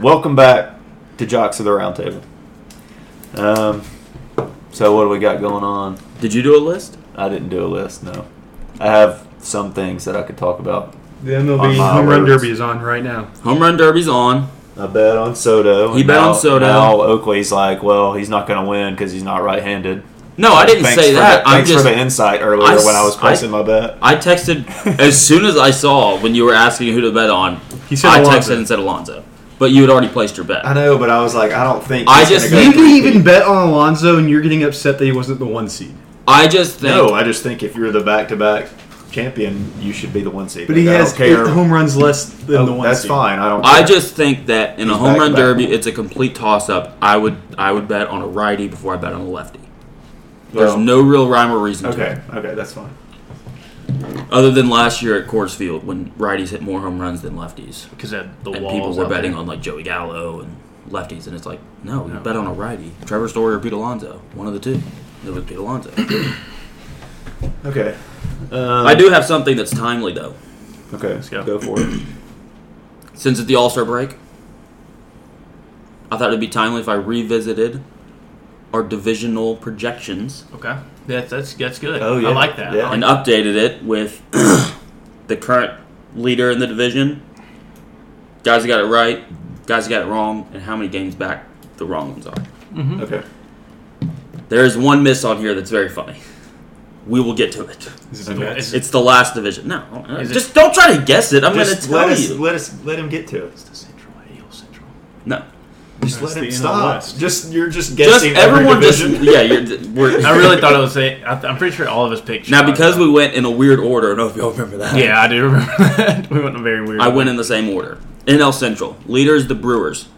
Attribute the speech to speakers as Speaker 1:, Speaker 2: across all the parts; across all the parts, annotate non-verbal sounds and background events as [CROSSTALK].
Speaker 1: Welcome back to Jocks of the Roundtable. Um, so what do we got going on?
Speaker 2: Did you do a list?
Speaker 1: I didn't do a list. No, I have some things that I could talk about.
Speaker 3: The
Speaker 1: On
Speaker 3: MLB
Speaker 1: my
Speaker 3: home run
Speaker 1: roads.
Speaker 3: derby is on right now.
Speaker 2: Home run derby's on.
Speaker 1: I bet on Soto.
Speaker 2: He
Speaker 1: and
Speaker 2: bet on
Speaker 1: now-
Speaker 2: Soto.
Speaker 1: Now Oakley's like, well, he's not going to win because he's not right-handed.
Speaker 2: No, I didn't
Speaker 1: Thanks
Speaker 2: say
Speaker 1: for
Speaker 2: that.
Speaker 1: The,
Speaker 2: I'm
Speaker 1: thanks
Speaker 2: just.
Speaker 1: for the insight earlier
Speaker 2: I s-
Speaker 1: when I was placing my bet.
Speaker 2: I texted as soon as I saw when you were asking who to bet on.
Speaker 3: He said
Speaker 2: I
Speaker 3: Alonso.
Speaker 2: texted and said Alonzo, but you had already placed your bet.
Speaker 1: I know, but I was like, I don't think.
Speaker 2: I
Speaker 1: he's
Speaker 2: just-
Speaker 1: gonna
Speaker 3: You
Speaker 1: go
Speaker 3: can even
Speaker 1: three-peat.
Speaker 3: bet on Alonzo, and you're getting upset that he wasn't the one seed.
Speaker 2: I just think
Speaker 1: No, I just think if you're the back-to-back champion, you should be the one seed.
Speaker 3: But he
Speaker 1: Like, I
Speaker 3: has
Speaker 1: don't
Speaker 3: eight
Speaker 1: care.
Speaker 3: home runs less than
Speaker 1: Oh,
Speaker 3: the one
Speaker 1: that's
Speaker 3: seed.
Speaker 1: fine. I don't.
Speaker 2: I
Speaker 1: care.
Speaker 2: just think that in a
Speaker 1: He's
Speaker 2: home
Speaker 1: back
Speaker 2: run
Speaker 1: to back.
Speaker 2: derby, it's a complete toss-up. I would I would bet on a righty before I bet on a lefty. There's
Speaker 1: Well,
Speaker 2: no real rhyme or reason to it,
Speaker 1: Okay. Okay, that's fine.
Speaker 2: other than last year at Coors Field when righties hit more home runs than lefties,
Speaker 3: Because that the
Speaker 2: and people were betting on like Joey Gallo and lefties, and it's like no, you bet on a righty, Trevor Story or Pete Alonso, one of the two. It was Pete Alonso.
Speaker 1: Okay. Um,
Speaker 2: I do have something that's timely though.
Speaker 1: Okay,
Speaker 3: go.
Speaker 1: go for it.
Speaker 2: Since it's the All Star break, I thought it'd be timely if I revisited our divisional projections
Speaker 4: Okay, that's that's that's good.
Speaker 1: Oh, yeah.
Speaker 4: I like that.
Speaker 1: Yeah.
Speaker 4: I
Speaker 2: and
Speaker 4: like
Speaker 2: updated it with [CLEARS THROAT] the current leader in the division, guys that got it right, guys that got it wrong, and how many games back the wrong ones are.
Speaker 4: Mm-hmm.
Speaker 1: Okay.
Speaker 2: There is one miss on here that's very funny. We will get to it.
Speaker 3: Is
Speaker 4: it the Mets?
Speaker 3: it
Speaker 2: It's the last division. No, uh,
Speaker 4: Is it-
Speaker 2: just don't try to guess it. I'm going to
Speaker 1: Just let
Speaker 2: tell
Speaker 1: us,
Speaker 2: you.
Speaker 1: let us let him get to it.
Speaker 4: the Central AL [LAUGHS] Central.
Speaker 2: No,
Speaker 1: Just
Speaker 3: That's
Speaker 1: let him
Speaker 3: the
Speaker 1: stop.
Speaker 3: NL West.
Speaker 1: Just you're just
Speaker 2: just
Speaker 1: guessing every
Speaker 2: everyone just
Speaker 1: division.
Speaker 2: yeah. You're, we're,
Speaker 4: [LAUGHS] I really thought it was. A, I th- I'm pretty sure all of us
Speaker 2: [LAUGHS]
Speaker 4: picked.
Speaker 2: Now,
Speaker 4: Chicago.
Speaker 2: because we went in a weird order, I don't know if y'all remember that.
Speaker 4: yeah, I do remember [LAUGHS] that. We went in a very weird.
Speaker 2: I went in the same order. NL Central. Leaders, the Brewers.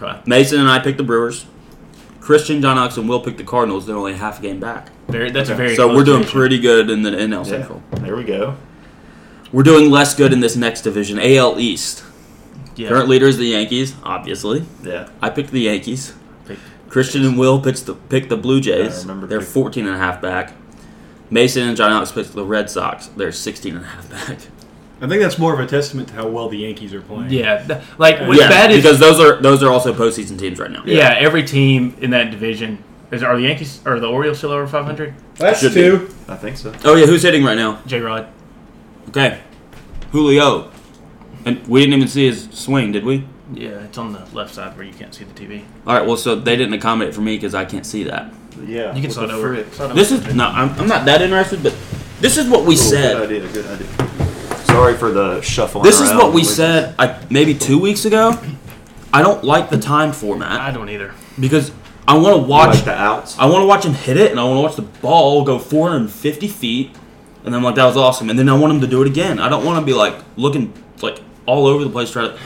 Speaker 4: Okay.
Speaker 2: Mason and I picked the Brewers. Christian, John Ox, and Will picked the Cardinals. They're only half a game back.
Speaker 4: Very, that's a
Speaker 1: Okay.
Speaker 4: very.
Speaker 2: So
Speaker 4: close
Speaker 2: we're doing
Speaker 4: division.
Speaker 2: pretty good in the NL
Speaker 1: Yeah,
Speaker 2: Central.
Speaker 1: There we go.
Speaker 2: We're doing less good in this next division, AL East.
Speaker 4: Yeah.
Speaker 2: Current leaders, the Yankees, obviously.
Speaker 1: Yeah.
Speaker 2: I picked the Yankees.
Speaker 4: Picked-
Speaker 2: Christian and Will picked the, picked the Blue Jays.
Speaker 1: remember
Speaker 2: They're
Speaker 1: pick-
Speaker 2: 14 and a half back. Mason and John Ox picked the Red Sox. They're 16 and a half back.
Speaker 3: I think that's more of a testament to how well the Yankees are playing.
Speaker 4: Yeah, th- like what's
Speaker 2: yeah,
Speaker 4: bad is
Speaker 2: because those are those are also postseason teams right now.
Speaker 4: yeah, every team in that division is. Are the Yankees? Are the Orioles still over 500?
Speaker 3: that's
Speaker 2: Should
Speaker 3: two.
Speaker 1: I think so.
Speaker 2: Oh yeah, who's hitting right now?
Speaker 4: J. Rod.
Speaker 2: Okay, Julio, and we didn't even see his swing, did we?
Speaker 4: Yeah, it's on the left side where you can't see the TV.
Speaker 2: All right, well, so they didn't accommodate for me because I can't see that.
Speaker 1: Yeah.
Speaker 4: You can
Speaker 1: what
Speaker 4: slide
Speaker 1: the
Speaker 4: over.
Speaker 1: frick?
Speaker 4: Slide over.
Speaker 2: This is no, I'm, I'm not that interested, but this is what we
Speaker 1: Cool,
Speaker 2: said.
Speaker 1: Good idea. Good idea. Sorry for the shuffling.
Speaker 2: This is
Speaker 1: around.
Speaker 2: what we said I, maybe two weeks ago. I don't like the time format
Speaker 4: I don't either.
Speaker 2: because I want to watch.
Speaker 1: Like the outs.
Speaker 2: I want to watch him hit it, and I want to watch the ball go 450 feet, and I'm like, that was awesome. And then I want him to do it again. I don't want to be like looking like all over the place trying to.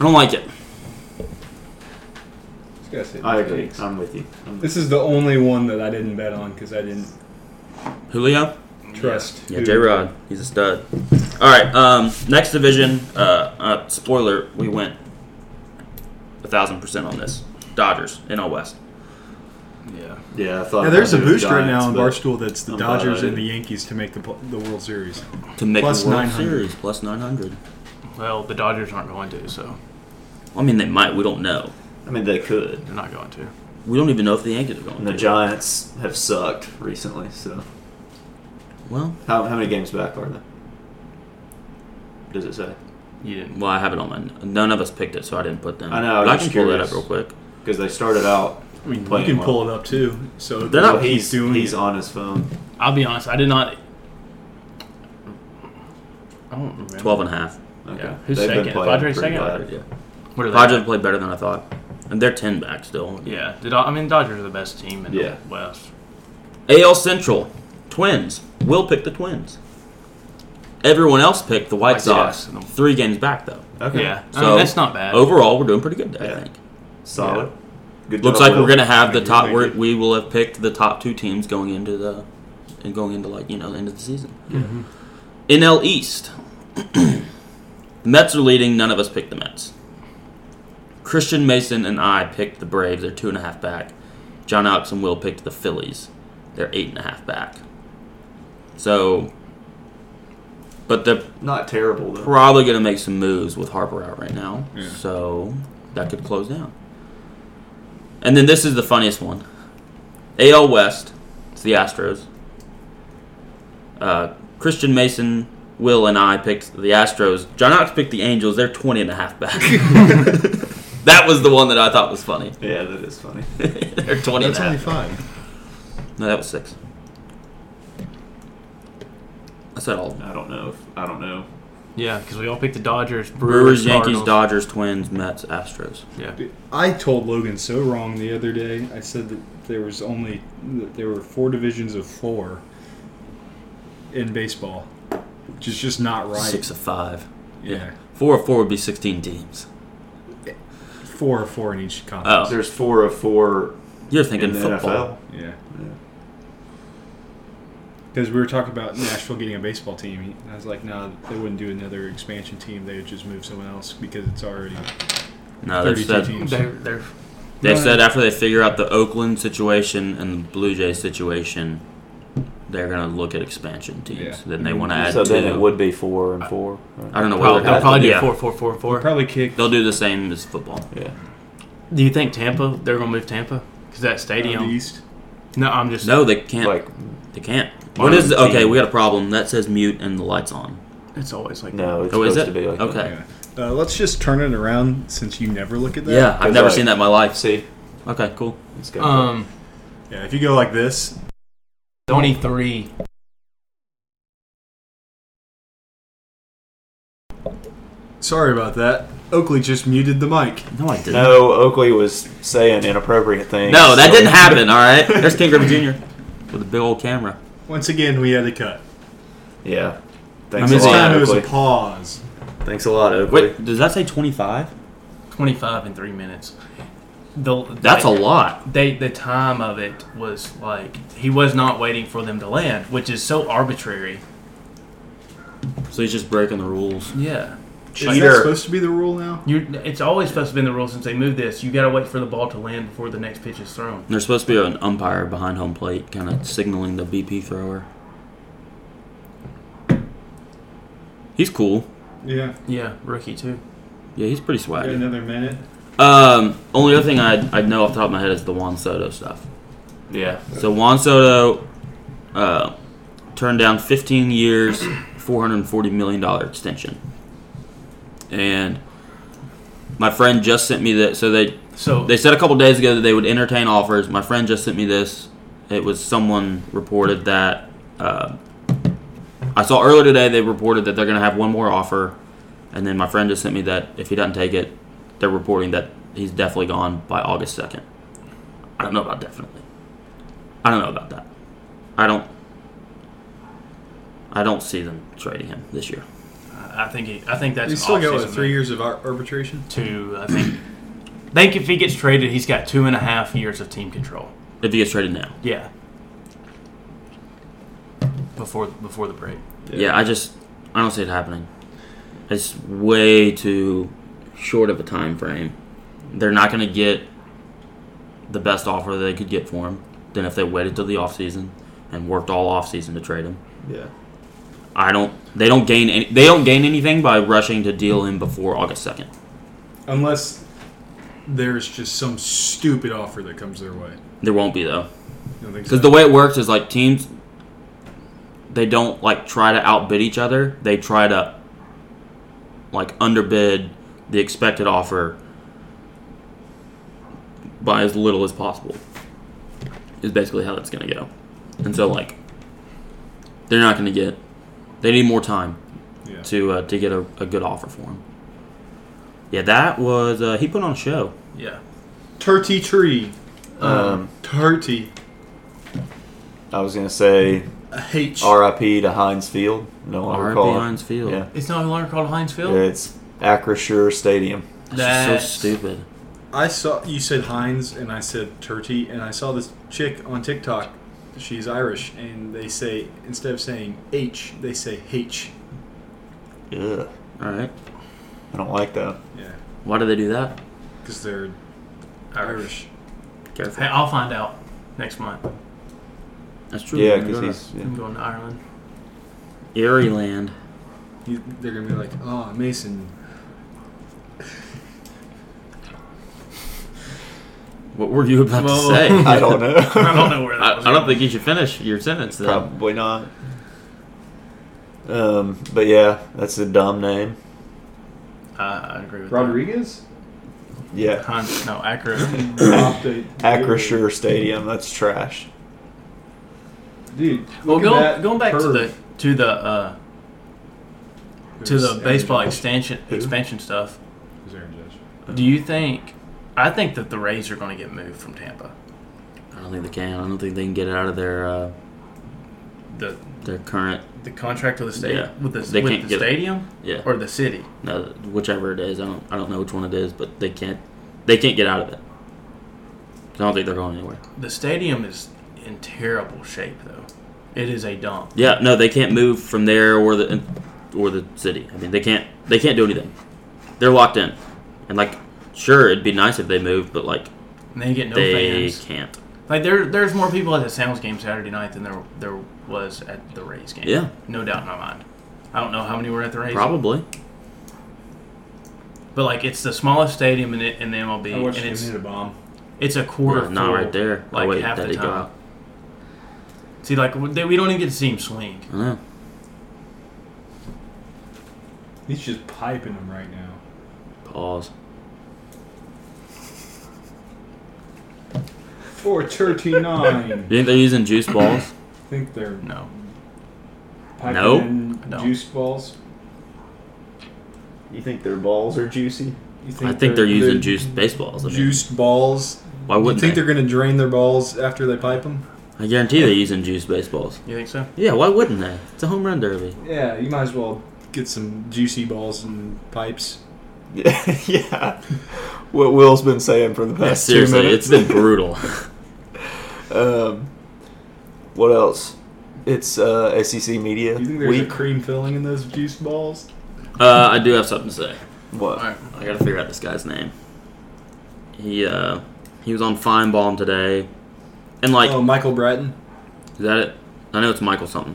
Speaker 2: I don't like it.
Speaker 1: I agree. I'm with you. I'm with
Speaker 3: This is the only one that I didn't bet on because I didn't
Speaker 2: Julio.
Speaker 3: trust.
Speaker 2: Yeah,
Speaker 3: who-
Speaker 2: J Rod, he's a stud. All right, um, next division. Uh, uh, spoiler: we went a thousand percent on this. Dodgers, NL West.
Speaker 4: Yeah.
Speaker 1: you. Yeah. I thought.
Speaker 3: Yeah, there's a
Speaker 1: I'd do the
Speaker 3: boost right
Speaker 1: Giants,
Speaker 3: now in
Speaker 1: but-
Speaker 3: Barstool that's the
Speaker 1: I'm glad I
Speaker 3: Dodgers and
Speaker 1: didn't.
Speaker 3: the Yankees to make the pl- the World Series.
Speaker 2: To make
Speaker 3: Plus
Speaker 2: the World
Speaker 3: 900.
Speaker 2: Series plus nine hundred.
Speaker 4: Well, the Dodgers aren't going to, so
Speaker 2: I mean, they might. We don't know.
Speaker 1: I mean, they could.
Speaker 4: they're not going to.
Speaker 2: We don't even know if the Yankees are going.
Speaker 1: And the
Speaker 2: to.
Speaker 1: Giants have sucked recently. So
Speaker 2: Well,
Speaker 1: how how many games back are they? Does it say?
Speaker 4: You didn't.
Speaker 2: well, I have it on my. None of us picked it, so I didn't put them.
Speaker 1: I know, I was
Speaker 2: But I can
Speaker 1: just
Speaker 2: pull that
Speaker 1: curious.
Speaker 2: up real quick.
Speaker 1: Because they started out.
Speaker 3: I mean, you
Speaker 1: Playing
Speaker 3: can
Speaker 1: well.
Speaker 3: pull it up too. So
Speaker 2: They're not-
Speaker 3: what
Speaker 1: he's
Speaker 3: doing.
Speaker 1: He's on his phone.
Speaker 4: I'll be honest. I did not. I don't remember.
Speaker 2: Twelve and a half.
Speaker 1: Okay.
Speaker 4: Yeah. Who's
Speaker 1: They've been
Speaker 4: second?
Speaker 1: playing
Speaker 4: Padres
Speaker 1: pretty
Speaker 4: second?
Speaker 1: bad.
Speaker 2: Yeah.
Speaker 4: What are they?
Speaker 2: Dodgers played better than I thought, and they're ten back still.
Speaker 4: Yeah, the Do- I mean Dodgers are the best team in
Speaker 1: Yeah.
Speaker 4: the West.
Speaker 2: AL Central, Twins. Will pick the Twins. Everyone else picked the White
Speaker 4: White
Speaker 2: Sox.
Speaker 4: Sox.
Speaker 2: Three games back though.
Speaker 1: Okay.
Speaker 4: Yeah, I
Speaker 2: So,
Speaker 4: mean, that's not bad.
Speaker 2: Overall, we're doing pretty good. I
Speaker 1: Yeah.
Speaker 2: think.
Speaker 1: Solid. Good
Speaker 2: Looks
Speaker 1: job,
Speaker 2: like we're
Speaker 1: Will.
Speaker 2: gonna have the
Speaker 3: Thank you,
Speaker 2: top.
Speaker 3: thank
Speaker 2: We're,
Speaker 3: you.
Speaker 2: we will have picked the top two teams going into the, and going into like you know the end of the season. Mm-hmm. NL East. [CLEARS THROAT] the Mets are leading. None of us picked the Mets. Christian Mason and I picked the Braves. They're two and a half back. John Alex and Will picked the Phillies. They're eight and a half back. So, But they're
Speaker 1: Not terrible though.
Speaker 2: probably going to make some moves with Harper out right now.
Speaker 3: Yeah.
Speaker 2: So that could close down. And then this is the funniest one AL West, it's the Astros. Uh, Christian Mason, Will, and I picked the Astros. John Ox picked the Angels. They're 20 and a half
Speaker 3: [LAUGHS]
Speaker 2: back. that was the one that I thought was funny. [LAUGHS]
Speaker 1: Yeah, that is funny.
Speaker 2: They're 20
Speaker 3: That's
Speaker 2: and a
Speaker 3: only
Speaker 2: half.
Speaker 3: five.
Speaker 2: No, that was six. I said all of them.
Speaker 1: I don't know. If, I don't know.
Speaker 4: Yeah, because we all picked the Dodgers, Brewers,
Speaker 2: Brewers, Yankees,
Speaker 4: Cardinals.
Speaker 2: Dodgers, Twins, Mets, Astros.
Speaker 4: Yeah.
Speaker 3: I told Logan so wrong the other day. I said that there was only that there were four divisions of four in baseball, which is just not right.
Speaker 2: Six of five.
Speaker 3: Yeah,
Speaker 2: Four of four would be 16 teams.
Speaker 3: four of four in each
Speaker 2: Oh.
Speaker 3: conference.
Speaker 1: There's four of four
Speaker 2: You're thinking
Speaker 1: in the
Speaker 2: football.
Speaker 1: Oh.
Speaker 3: Yeah,
Speaker 1: NFL. Yeah.
Speaker 3: because we were talking about Nashville getting a baseball team. I was like, no, they wouldn't do another expansion team. They would just move someone else because it's already
Speaker 2: No, they've
Speaker 3: 32
Speaker 2: said,
Speaker 3: teams.
Speaker 4: They're, they're,
Speaker 2: they've
Speaker 3: No.
Speaker 2: said after they figure out the Oakland situation and the Blue Jays situation, they're going to look at expansion teams.
Speaker 3: Yeah.
Speaker 2: Then they want to add
Speaker 1: So
Speaker 2: two.
Speaker 1: then it would be four and four. right?
Speaker 2: I don't know
Speaker 4: probably,
Speaker 2: what
Speaker 4: they'll
Speaker 2: they'll
Speaker 4: probably do
Speaker 2: yeah.
Speaker 4: four, four, four, four.
Speaker 3: probably kick.
Speaker 2: They'll do the same as football.
Speaker 1: Yeah.
Speaker 4: Do you think Tampa? They're gonna move Tampa because that stadium.
Speaker 3: the East.
Speaker 4: no, I'm just.
Speaker 2: No, they can't.
Speaker 1: Like
Speaker 2: they can't.
Speaker 1: Why
Speaker 2: What
Speaker 1: not
Speaker 2: is
Speaker 1: the
Speaker 2: okay?
Speaker 1: team?
Speaker 2: We got a problem. That says mute and the lights on.
Speaker 4: It's always like
Speaker 1: no, it's
Speaker 2: Oh, is
Speaker 1: supposed
Speaker 2: it?
Speaker 1: to be like
Speaker 2: Okay.
Speaker 3: Yeah. Uh, let's just turn it around since you never look at that.
Speaker 2: Yeah, I've never
Speaker 1: like-
Speaker 2: seen that in my
Speaker 1: That.
Speaker 2: life.
Speaker 1: See,
Speaker 2: Okay, cool.
Speaker 1: it's
Speaker 4: that.
Speaker 1: got
Speaker 4: Um,
Speaker 3: Yeah, if you go like this,
Speaker 4: twenty three.
Speaker 3: sorry about that. Oakley just muted the mic.
Speaker 2: No, I didn't. No,
Speaker 1: No, Oakley was saying inappropriate things.
Speaker 2: that
Speaker 1: so- [LAUGHS]
Speaker 2: didn't happen. All right, there's King Griffey Jr. with a big old camera.
Speaker 3: Once again, we had to cut.
Speaker 1: Yeah. Thanks
Speaker 2: mean,
Speaker 1: a
Speaker 2: it's
Speaker 3: This
Speaker 1: lot,
Speaker 3: time it was a
Speaker 1: Oakley.
Speaker 3: pause.
Speaker 1: Thanks a lot, Oakley.
Speaker 2: Wait, does that say 25?
Speaker 4: 25 in three minutes. The,
Speaker 2: That's a
Speaker 4: like,
Speaker 2: lot.
Speaker 4: They, the time of it was like he was not waiting for them to land, which is so arbitrary.
Speaker 2: So he's just breaking the rules.
Speaker 4: Yeah,
Speaker 3: Is
Speaker 1: Cheater.
Speaker 3: that supposed to be the rule now?
Speaker 4: you. It's always supposed to be in the rule since they moved this. You got to wait for the ball to land before the next pitch is thrown.
Speaker 2: There's supposed to be an umpire behind home plate, kind of signaling the BP thrower. He's cool.
Speaker 3: Yeah.
Speaker 4: Yeah, rookie too.
Speaker 2: Yeah, he's pretty
Speaker 3: Got
Speaker 2: swaggy.
Speaker 3: another minute.
Speaker 2: Um, only other thing I I know off the top of my head is the Juan Soto stuff.
Speaker 1: Yeah.
Speaker 2: So Juan Soto uh, turned down 15 years, 440 million dollar extension. And my friend just sent me that. So they
Speaker 4: So
Speaker 2: They said a couple days ago that they would entertain offers. My friend just sent me this. It was someone reported that uh, I saw earlier today. They reported that they're going to have one more offer, and then my friend just sent me that if he doesn't take it, they're reporting that he's definitely gone by August second. I don't know about definitely. I don't know about that. I don't. I don't see them trading him this year.
Speaker 4: I I think he, I think that's
Speaker 3: we
Speaker 4: an
Speaker 3: still got
Speaker 4: off-season
Speaker 3: what, three
Speaker 4: move.
Speaker 3: years of ar- arbitration.
Speaker 4: Two, I think. think if he gets traded, he's got two and a half years of team control.
Speaker 2: If he gets traded now,
Speaker 4: Yeah. Before before the break.
Speaker 2: Yeah, I just I don't see it happening. It's way too short of a time frame. They're not going to get the best offer they could get for him than if they waited till the offseason and worked all offseason to trade him.
Speaker 1: Yeah.
Speaker 2: I don't they don't gain any, they don't gain anything by rushing to deal him before August 2nd.
Speaker 3: Unless there's just some stupid offer that comes their way.
Speaker 2: There won't be though.
Speaker 3: You don't think so?
Speaker 2: Cuz the way it works is like teams they don't like try to outbid each other. They try to like underbid the expected offer by as little as possible. Is basically how that's going to go. And so like they're not going to get they need more time
Speaker 3: yeah.
Speaker 2: to uh, to get a, a good offer for him. Yeah, that was uh, he put on a show.
Speaker 4: Yeah.
Speaker 3: Turty tree.
Speaker 1: Um,
Speaker 3: Turty.
Speaker 1: I was gonna say
Speaker 3: I hate you.
Speaker 1: R.I.P. to Heinz Field. No longer
Speaker 2: R.I.P.
Speaker 1: called.
Speaker 2: Heinz Field.
Speaker 1: Yeah.
Speaker 4: It's no longer called Heinz Field.
Speaker 1: It's Acrisure Stadium.
Speaker 2: That's just
Speaker 4: That's-
Speaker 2: so stupid.
Speaker 3: I saw you said Heinz and I said Turty and I saw this chick on TikTok. She's Irish and they say instead of saying H, they say H.
Speaker 1: Ugh.
Speaker 2: All right.
Speaker 1: I don't like that.
Speaker 3: Yeah,
Speaker 2: Why do they do that?
Speaker 3: because they're
Speaker 4: Irish.
Speaker 3: Irish.
Speaker 4: Hey, I'll find out next month.
Speaker 2: That's true.
Speaker 1: Yeah,
Speaker 2: You're
Speaker 1: because
Speaker 5: [LAUGHS]
Speaker 2: right.
Speaker 1: he's yeah.
Speaker 4: I'm going to Ireland.
Speaker 2: Erie Land.
Speaker 5: He, they're gonna be like, oh, Mason.
Speaker 2: What were you about [LAUGHS]
Speaker 4: Whoa.
Speaker 2: to say?
Speaker 1: I don't
Speaker 4: I
Speaker 1: know.
Speaker 4: don't know where
Speaker 2: I,
Speaker 4: that was
Speaker 2: I don't
Speaker 4: going.
Speaker 2: think you should finish your
Speaker 1: [LAUGHS]
Speaker 2: sentence. Then.
Speaker 1: Probably not. Um, but yeah, that's a dumb name.
Speaker 4: Uh, I, I agree
Speaker 5: [COUGHS]
Speaker 4: with
Speaker 5: Rodriguez?
Speaker 4: that.
Speaker 1: Yeah,
Speaker 4: Hun, no,
Speaker 5: [LAUGHS]
Speaker 4: accurate.
Speaker 1: Acrisure Stadium. That's trash.
Speaker 5: Dude,
Speaker 4: well,
Speaker 5: look at
Speaker 4: go,
Speaker 5: that
Speaker 4: going back to
Speaker 5: curve.
Speaker 4: the to the uh, to
Speaker 5: Who's
Speaker 4: the
Speaker 5: Aaron
Speaker 4: baseball
Speaker 5: Judge?
Speaker 4: expansion
Speaker 1: Who?
Speaker 4: expansion stuff.
Speaker 5: Who's Aaron Judge?
Speaker 4: Do you think? I think that the Rays are going to get moved from Tampa.
Speaker 2: I don't think they can. I don't think they can get it out of their uh,
Speaker 4: The
Speaker 2: their current.
Speaker 4: the contract with the state
Speaker 2: Yeah.
Speaker 4: with the,
Speaker 2: They
Speaker 4: with
Speaker 2: can't
Speaker 4: the
Speaker 2: get it.
Speaker 4: stadium
Speaker 2: Yeah,
Speaker 4: or the city.
Speaker 2: no, whichever it is. I don't. I don't know which one it is, but they can't. They can't get out of it. I don't think they're going anywhere.
Speaker 4: The stadium is in terrible shape though. It is a dump.
Speaker 2: Yeah, no, they can't move from there or the or the city. I mean, they can't they can't do anything. They're locked in, and like, sure, it'd be nice if they moved, but like,
Speaker 4: And they get no
Speaker 2: they
Speaker 4: fans.
Speaker 2: can't.
Speaker 4: Like there, there's more people at the Sounds game Saturday night than there there was at the Rays game.
Speaker 2: Yeah.
Speaker 4: no doubt in my mind. I don't know how many were at the Rays,
Speaker 2: Probably.
Speaker 4: but like it's the smallest stadium in it in the MLB,
Speaker 5: I watched
Speaker 4: and
Speaker 5: him
Speaker 4: it's
Speaker 5: hit a bomb.
Speaker 4: it's a quarter.
Speaker 2: Yeah, not
Speaker 4: full,
Speaker 2: right there.
Speaker 4: Like
Speaker 2: oh wait,
Speaker 4: half
Speaker 2: that
Speaker 4: the
Speaker 2: did go
Speaker 4: time.
Speaker 2: out.
Speaker 4: See, like we they- we don't even get to see him swing.
Speaker 2: I know.
Speaker 5: He's just piping him right now.
Speaker 2: Pause.
Speaker 5: [LAUGHS] Four thirty-nine.
Speaker 2: You think they're using juice balls?
Speaker 5: I think they're
Speaker 4: No,
Speaker 5: piping
Speaker 2: No?
Speaker 5: in
Speaker 4: No.
Speaker 5: juice balls.
Speaker 1: You think their balls are juicy?
Speaker 5: You
Speaker 2: I think they're, using juice baseballs. I mean,
Speaker 5: Juiced balls.
Speaker 2: Why
Speaker 5: You
Speaker 2: wouldn't
Speaker 5: think
Speaker 2: they?
Speaker 5: they're gonna drain their balls after they pipe them?
Speaker 2: I guarantee they're using juice baseballs.
Speaker 4: you think so?
Speaker 2: Yeah, why wouldn't they? It's a home run derby.
Speaker 5: Yeah, you might as well get some juicy balls and pipes.
Speaker 1: Yeah, [LAUGHS] yeah. What Will's been saying for the
Speaker 2: Yeah,
Speaker 1: past two
Speaker 2: seriously,
Speaker 1: minutes.
Speaker 2: it's been brutal. [LAUGHS]
Speaker 1: [LAUGHS] um, what else? It's uh, SEC media
Speaker 5: You think there's
Speaker 1: week.
Speaker 5: a cream filling in those juice balls?
Speaker 2: uh, I do have something to say.
Speaker 1: what?
Speaker 4: All right,
Speaker 2: I gotta figure out this guy's name. He uh he was on Feinbaum today, and like
Speaker 5: oh,
Speaker 3: Um,
Speaker 5: Michael Bratton,
Speaker 2: is that it? I know it's Michael something.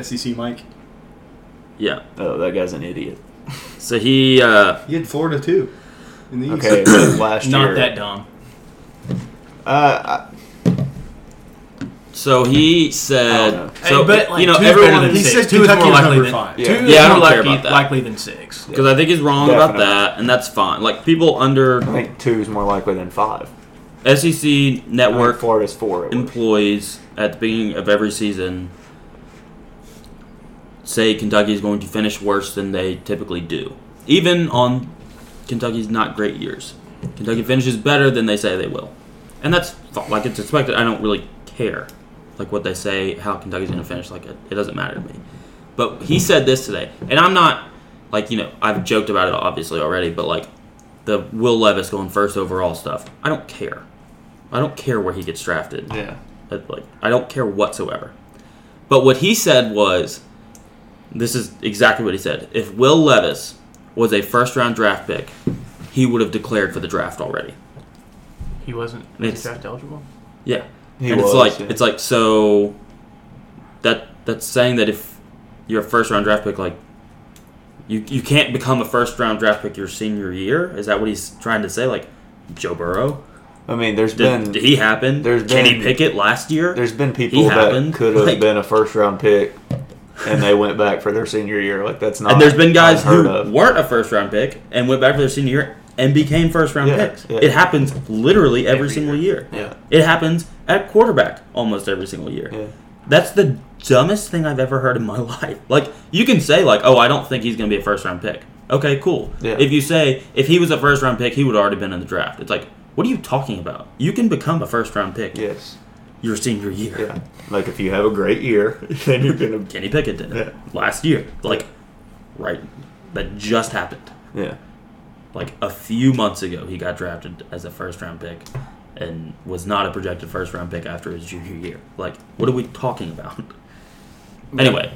Speaker 5: SEC Mike.
Speaker 2: Yeah.
Speaker 1: Oh, that guy's an idiot.
Speaker 2: So he uh
Speaker 5: He had Florida too. In the East.
Speaker 1: Okay,
Speaker 3: [COUGHS]
Speaker 1: but last
Speaker 4: not
Speaker 1: year.
Speaker 4: that dumb.
Speaker 1: Uh,
Speaker 2: so he
Speaker 1: I
Speaker 2: said
Speaker 1: don't
Speaker 4: know.
Speaker 2: so
Speaker 4: Hey, but, like,
Speaker 2: you know
Speaker 4: who's better
Speaker 2: everyone
Speaker 4: than
Speaker 5: He
Speaker 4: Six.
Speaker 5: said
Speaker 4: Two is more
Speaker 5: Kentucky was
Speaker 4: likely
Speaker 5: number
Speaker 4: than-
Speaker 5: five.
Speaker 1: Yeah.
Speaker 4: Two
Speaker 2: Yeah,
Speaker 4: is
Speaker 2: I don't
Speaker 4: more
Speaker 2: care
Speaker 4: likely,
Speaker 2: about that.
Speaker 4: likely than six.
Speaker 2: because I think he's wrong about
Speaker 1: Definitely.
Speaker 2: that, and that's fine. Like people under
Speaker 1: I think two is more likely than five.
Speaker 2: SEC
Speaker 1: I think
Speaker 2: network
Speaker 1: Florida's four. At worst.
Speaker 2: employees at the beginning of every season say Kentucky is going to finish worse than they typically do, even on Kentucky's not great years. Kentucky finishes better than they say they will, and that's f- like it's expected. I don't really care, like what they say, how Kentucky's going to finish. Like it, it doesn't matter to me. But he said this today, and I'm not like you know I've joked about it obviously already, but like the Will Levis going first overall stuff, I don't care. I don't care where he gets drafted.
Speaker 1: yeah.
Speaker 2: I- like I don't care whatsoever. But what he said was, this is exactly what he said. If Will Levis was a first round draft pick, he would have declared for the draft already.
Speaker 4: He wasn't
Speaker 2: he
Speaker 4: was
Speaker 2: It's-
Speaker 4: draft eligible.
Speaker 2: Yeah,
Speaker 1: He
Speaker 2: and
Speaker 1: was,
Speaker 2: it's like
Speaker 1: yeah.
Speaker 2: it's like so. That that's saying that if you're a first round draft pick, like you you can't become a first round draft pick your senior year. Is that what he's trying to say? Like Joe Burrow,
Speaker 1: I mean, there's
Speaker 2: did,
Speaker 1: been
Speaker 2: did he happen?
Speaker 1: there's
Speaker 2: Kenny
Speaker 1: been-
Speaker 2: Pickett last year.
Speaker 1: there's been people that
Speaker 2: happened,
Speaker 1: could have
Speaker 2: like-
Speaker 1: been a first round pick, and
Speaker 2: [LAUGHS]
Speaker 1: they went back for their senior year. Like that's not.
Speaker 2: and there's been guys
Speaker 1: unheard
Speaker 2: who
Speaker 1: of.
Speaker 2: weren't a first round pick and went back for their senior year and became first round
Speaker 1: Yeah,
Speaker 2: picks.
Speaker 1: yeah.
Speaker 2: It happens literally every,
Speaker 4: Every
Speaker 2: single year.
Speaker 1: Yeah.
Speaker 2: It happens at quarterback almost every single year.
Speaker 1: Yeah.
Speaker 2: That's the dumbest thing I've ever heard in my [LAUGHS] life. Like you can say like, "Oh, I don't think he's going to be a first round pick." Okay, cool.
Speaker 1: Yeah.
Speaker 2: If you say if he was a first round pick, he would already been in the draft. It's like, what are you talking about? You can become a first round pick
Speaker 1: Yes.
Speaker 2: your senior year.
Speaker 1: Yeah. Like if you have a great year, [LAUGHS] then you're
Speaker 2: [LAUGHS]
Speaker 1: gonna.
Speaker 2: Kenny Pickett did it
Speaker 1: Yeah.
Speaker 2: last year. Like right that just happened.
Speaker 1: Yeah.
Speaker 2: like a few months ago he got drafted as a first round pick and was not a projected first round pick after his junior year like what are we talking [LAUGHS] about anyway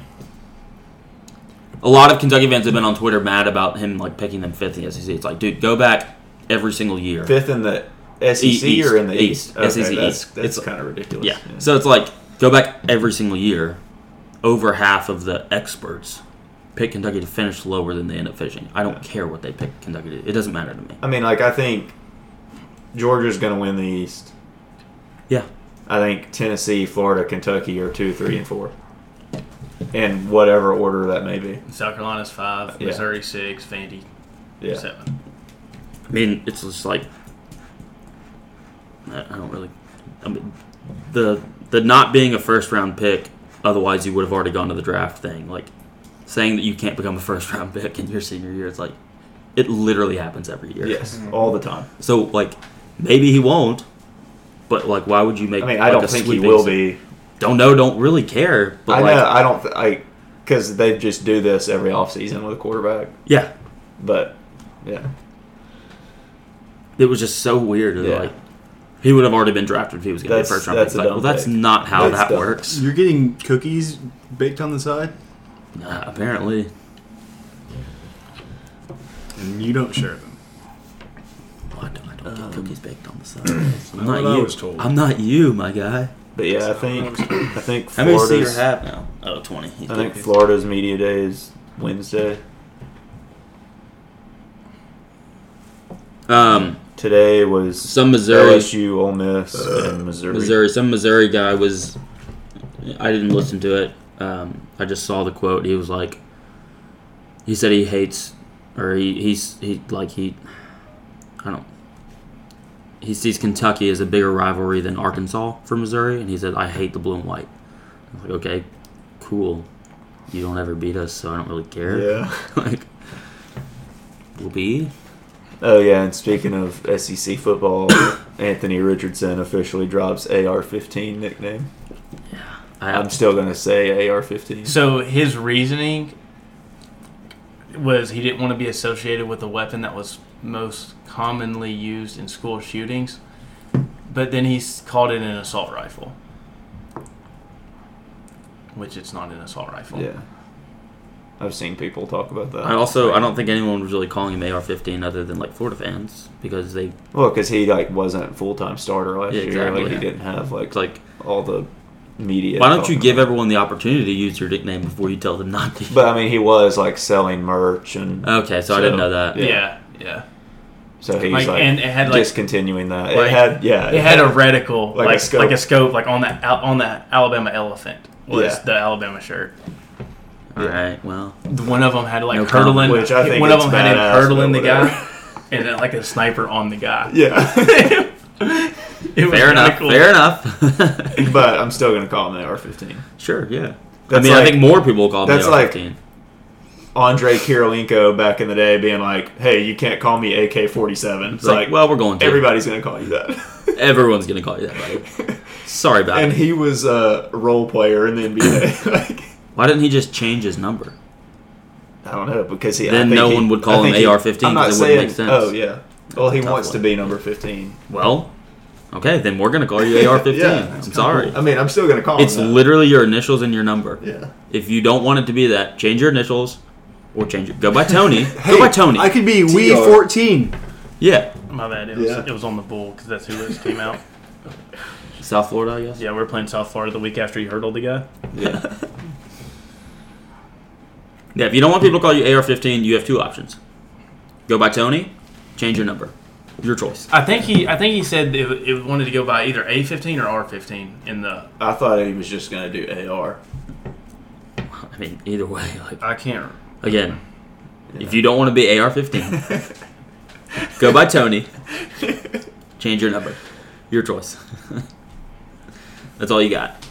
Speaker 2: a lot of kentucky fans have been on twitter mad about him like picking them fifth in the sec it's like dude go back every single year
Speaker 1: Fifth in the SEC
Speaker 2: E-
Speaker 1: or in the
Speaker 2: East.
Speaker 1: East? Okay, that's,
Speaker 2: SEC East.
Speaker 1: That's
Speaker 2: It's-
Speaker 1: kind of ridiculous.
Speaker 2: yeah so it's like go back every single year over half of the experts pick Kentucky to finish lower than they end up finishing. I don't care what they pick Kentucky to. It doesn't matter to me.
Speaker 1: I mean, like I think Georgia's going to win the East.
Speaker 2: Yeah.
Speaker 1: I think Tennessee, Florida, Kentucky are two, three, and four, in whatever order that may be.
Speaker 4: South Carolina's five,
Speaker 1: Yeah.
Speaker 4: Missouri six, Vandy
Speaker 1: Yeah.
Speaker 4: seven.
Speaker 2: I mean, it's just like I I don't really. I mean, the the not being a first round pick, otherwise you would have already gone to the draft thing. Like saying that you can't become a first [LAUGHS] round pick in your senior year, it's like it literally happens every year.
Speaker 1: Yes, all the time.
Speaker 2: So like maybe he won't, but like why would you make?
Speaker 1: I mean, I
Speaker 2: like, a
Speaker 1: don't think he
Speaker 2: sweeping-
Speaker 1: will be.
Speaker 2: Don't know. Don't really care.
Speaker 1: I
Speaker 2: But like
Speaker 1: know. I don't. Th- I because they just do this every offseason with a quarterback.
Speaker 2: yeah,
Speaker 1: But yeah,
Speaker 2: it was just so weird. It was
Speaker 1: Yeah.
Speaker 2: Like he would have already been drafted if he was going to be a
Speaker 1: That's-
Speaker 2: first round pick.
Speaker 1: that's
Speaker 2: It's
Speaker 1: a
Speaker 2: Like,
Speaker 1: dumb
Speaker 2: well, that's
Speaker 1: pick.
Speaker 2: not how
Speaker 1: That's
Speaker 2: that
Speaker 1: dumb.
Speaker 2: works.
Speaker 6: You're getting cookies baked on the side,
Speaker 2: Nah, apparently.
Speaker 6: and you don't share them.
Speaker 2: Well, I don't, I don't get cookies baked on the [CLEARS THROAT] side. Um, I'm
Speaker 6: not
Speaker 2: not
Speaker 6: what I
Speaker 2: you.
Speaker 6: was told.
Speaker 2: I'm not you, my guy.
Speaker 1: but yeah, I think I think
Speaker 2: How many does Cedar
Speaker 1: Florida's
Speaker 2: have now? Oh, 20. He's
Speaker 1: I think
Speaker 2: good.
Speaker 1: Florida's media day is Wednesday.
Speaker 2: Um,
Speaker 1: Today was
Speaker 2: some Missouri,
Speaker 1: LSU, Ole Miss, and Missouri.
Speaker 2: Missouri, some Missouri guy was. I didn't listen to it. Um, I just saw the quote. He was like, he said he hates, or he he's he like he, I don't. He sees Kentucky as a bigger rivalry than Arkansas for Missouri, and he said, "I hate the blue and white." I was like, "Okay, cool. You don't ever beat us, so I don't really care."
Speaker 1: Yeah.
Speaker 2: [LAUGHS] like will be
Speaker 1: Oh yeah, and speaking of SEC football, [COUGHS] Anthony Richardson officially drops AR-15 nickname.
Speaker 2: I
Speaker 1: I'm still gonna say AR-15.
Speaker 4: So his reasoning was he didn't want to be associated with a weapon that was most commonly used in school shootings, but then he's called it an assault rifle, which it's not an assault rifle.
Speaker 1: yeah, I've seen people talk about that.
Speaker 2: I also I don't think anyone was really calling him AR-15 other than like Florida fans because they
Speaker 1: Well, because he like wasn't a full-time starter last
Speaker 2: Yeah, exactly.
Speaker 1: year. Like he didn't have like
Speaker 2: it's like
Speaker 1: all the media.
Speaker 2: why don't you
Speaker 1: talking
Speaker 2: give
Speaker 1: about it.
Speaker 2: everyone the opportunity to use your nickname before you tell them not to?
Speaker 1: But I mean, he was like selling merch and
Speaker 2: okay, so, I didn't know that.
Speaker 1: Yeah.
Speaker 4: Yeah, yeah.
Speaker 1: so he's
Speaker 4: Like,
Speaker 1: like,
Speaker 4: and it had like
Speaker 1: discontinuing that.
Speaker 4: like-
Speaker 1: it had yeah,
Speaker 4: it had a reticle
Speaker 1: Like
Speaker 4: like
Speaker 1: a
Speaker 4: like a
Speaker 1: scope.
Speaker 4: scope like, on that al- on that Alabama elephant was
Speaker 1: Yeah.
Speaker 4: the Alabama shirt.
Speaker 2: All right, well,
Speaker 4: The one of them had like
Speaker 2: No
Speaker 4: hurdling.
Speaker 2: comment.
Speaker 1: Which I think
Speaker 4: one of
Speaker 1: it's
Speaker 4: them had him
Speaker 1: badass,
Speaker 4: hurdling the
Speaker 1: but
Speaker 4: guy,
Speaker 1: whatever.
Speaker 4: [LAUGHS] and then like a sniper on the guy.
Speaker 1: [LAUGHS] yeah.
Speaker 4: [LAUGHS] it was
Speaker 2: fair
Speaker 4: kinda
Speaker 2: enough,
Speaker 4: cool.
Speaker 2: fair enough.
Speaker 1: [LAUGHS] but I'm still gonna call him the R15.
Speaker 2: [LAUGHS] sure, yeah. I
Speaker 1: That's
Speaker 2: mean, I
Speaker 1: like-
Speaker 2: think more people will call him
Speaker 1: that's like-
Speaker 2: AR-15.
Speaker 1: Andre Kirilenko back in the day being like, "Hey, you can't call me AK-47." It's
Speaker 2: it's like,
Speaker 1: like,
Speaker 2: well, we're going to
Speaker 1: everybody's gonna call you that.
Speaker 2: Everyone's gonna call you that,
Speaker 1: [LAUGHS]
Speaker 2: buddy. Sorry about
Speaker 1: and
Speaker 2: it.
Speaker 1: he was a role player in the NBA. [LAUGHS] like,
Speaker 2: Why didn't he just change his number?
Speaker 1: I don't know because he. I
Speaker 2: Then
Speaker 1: think
Speaker 2: no
Speaker 1: he-
Speaker 2: one would
Speaker 1: I
Speaker 2: call him
Speaker 1: think he-
Speaker 2: AR-15
Speaker 1: I'm not
Speaker 2: 'cause it wouldn't make
Speaker 1: saying-
Speaker 2: sense.
Speaker 1: Oh yeah. Well, he
Speaker 2: That's a tough
Speaker 1: wants to
Speaker 2: one.
Speaker 1: be number 15.
Speaker 2: Well, okay, then we're gonna call you
Speaker 1: [LAUGHS]
Speaker 2: AR-15.
Speaker 1: Yeah, that's
Speaker 2: I'm sorry.
Speaker 1: I mean, I'm still gonna call
Speaker 2: It's
Speaker 1: him. that.
Speaker 2: literally your initials and your number.
Speaker 1: Yeah.
Speaker 2: If you don't want it to be that, change your initials or change it. Go by
Speaker 1: [LAUGHS]
Speaker 2: Tony. Go by Tony.
Speaker 6: I could be Wee
Speaker 1: TR.
Speaker 6: fourteen.
Speaker 2: yeah.
Speaker 4: My bad. It was,
Speaker 1: Yeah.
Speaker 4: it was on the bull because that's who this came [LAUGHS] out.
Speaker 2: South Florida, I guess.
Speaker 4: Yeah, we were playing South Florida the week after you hurdled the guy.
Speaker 2: Yeah. yeah, if you don't want people to call you AR 15, you have two options go by Tony, change your number. Your choice.
Speaker 4: I think he I think he said it, it wanted to go by either A fifteen or R fifteen in the
Speaker 1: I thought he was just gonna do AR.
Speaker 2: I mean, either way, like,
Speaker 4: I can't
Speaker 2: again, if you don't want to be AR 15, go by Tony, change your number. Your choice. [LAUGHS] That's all you got.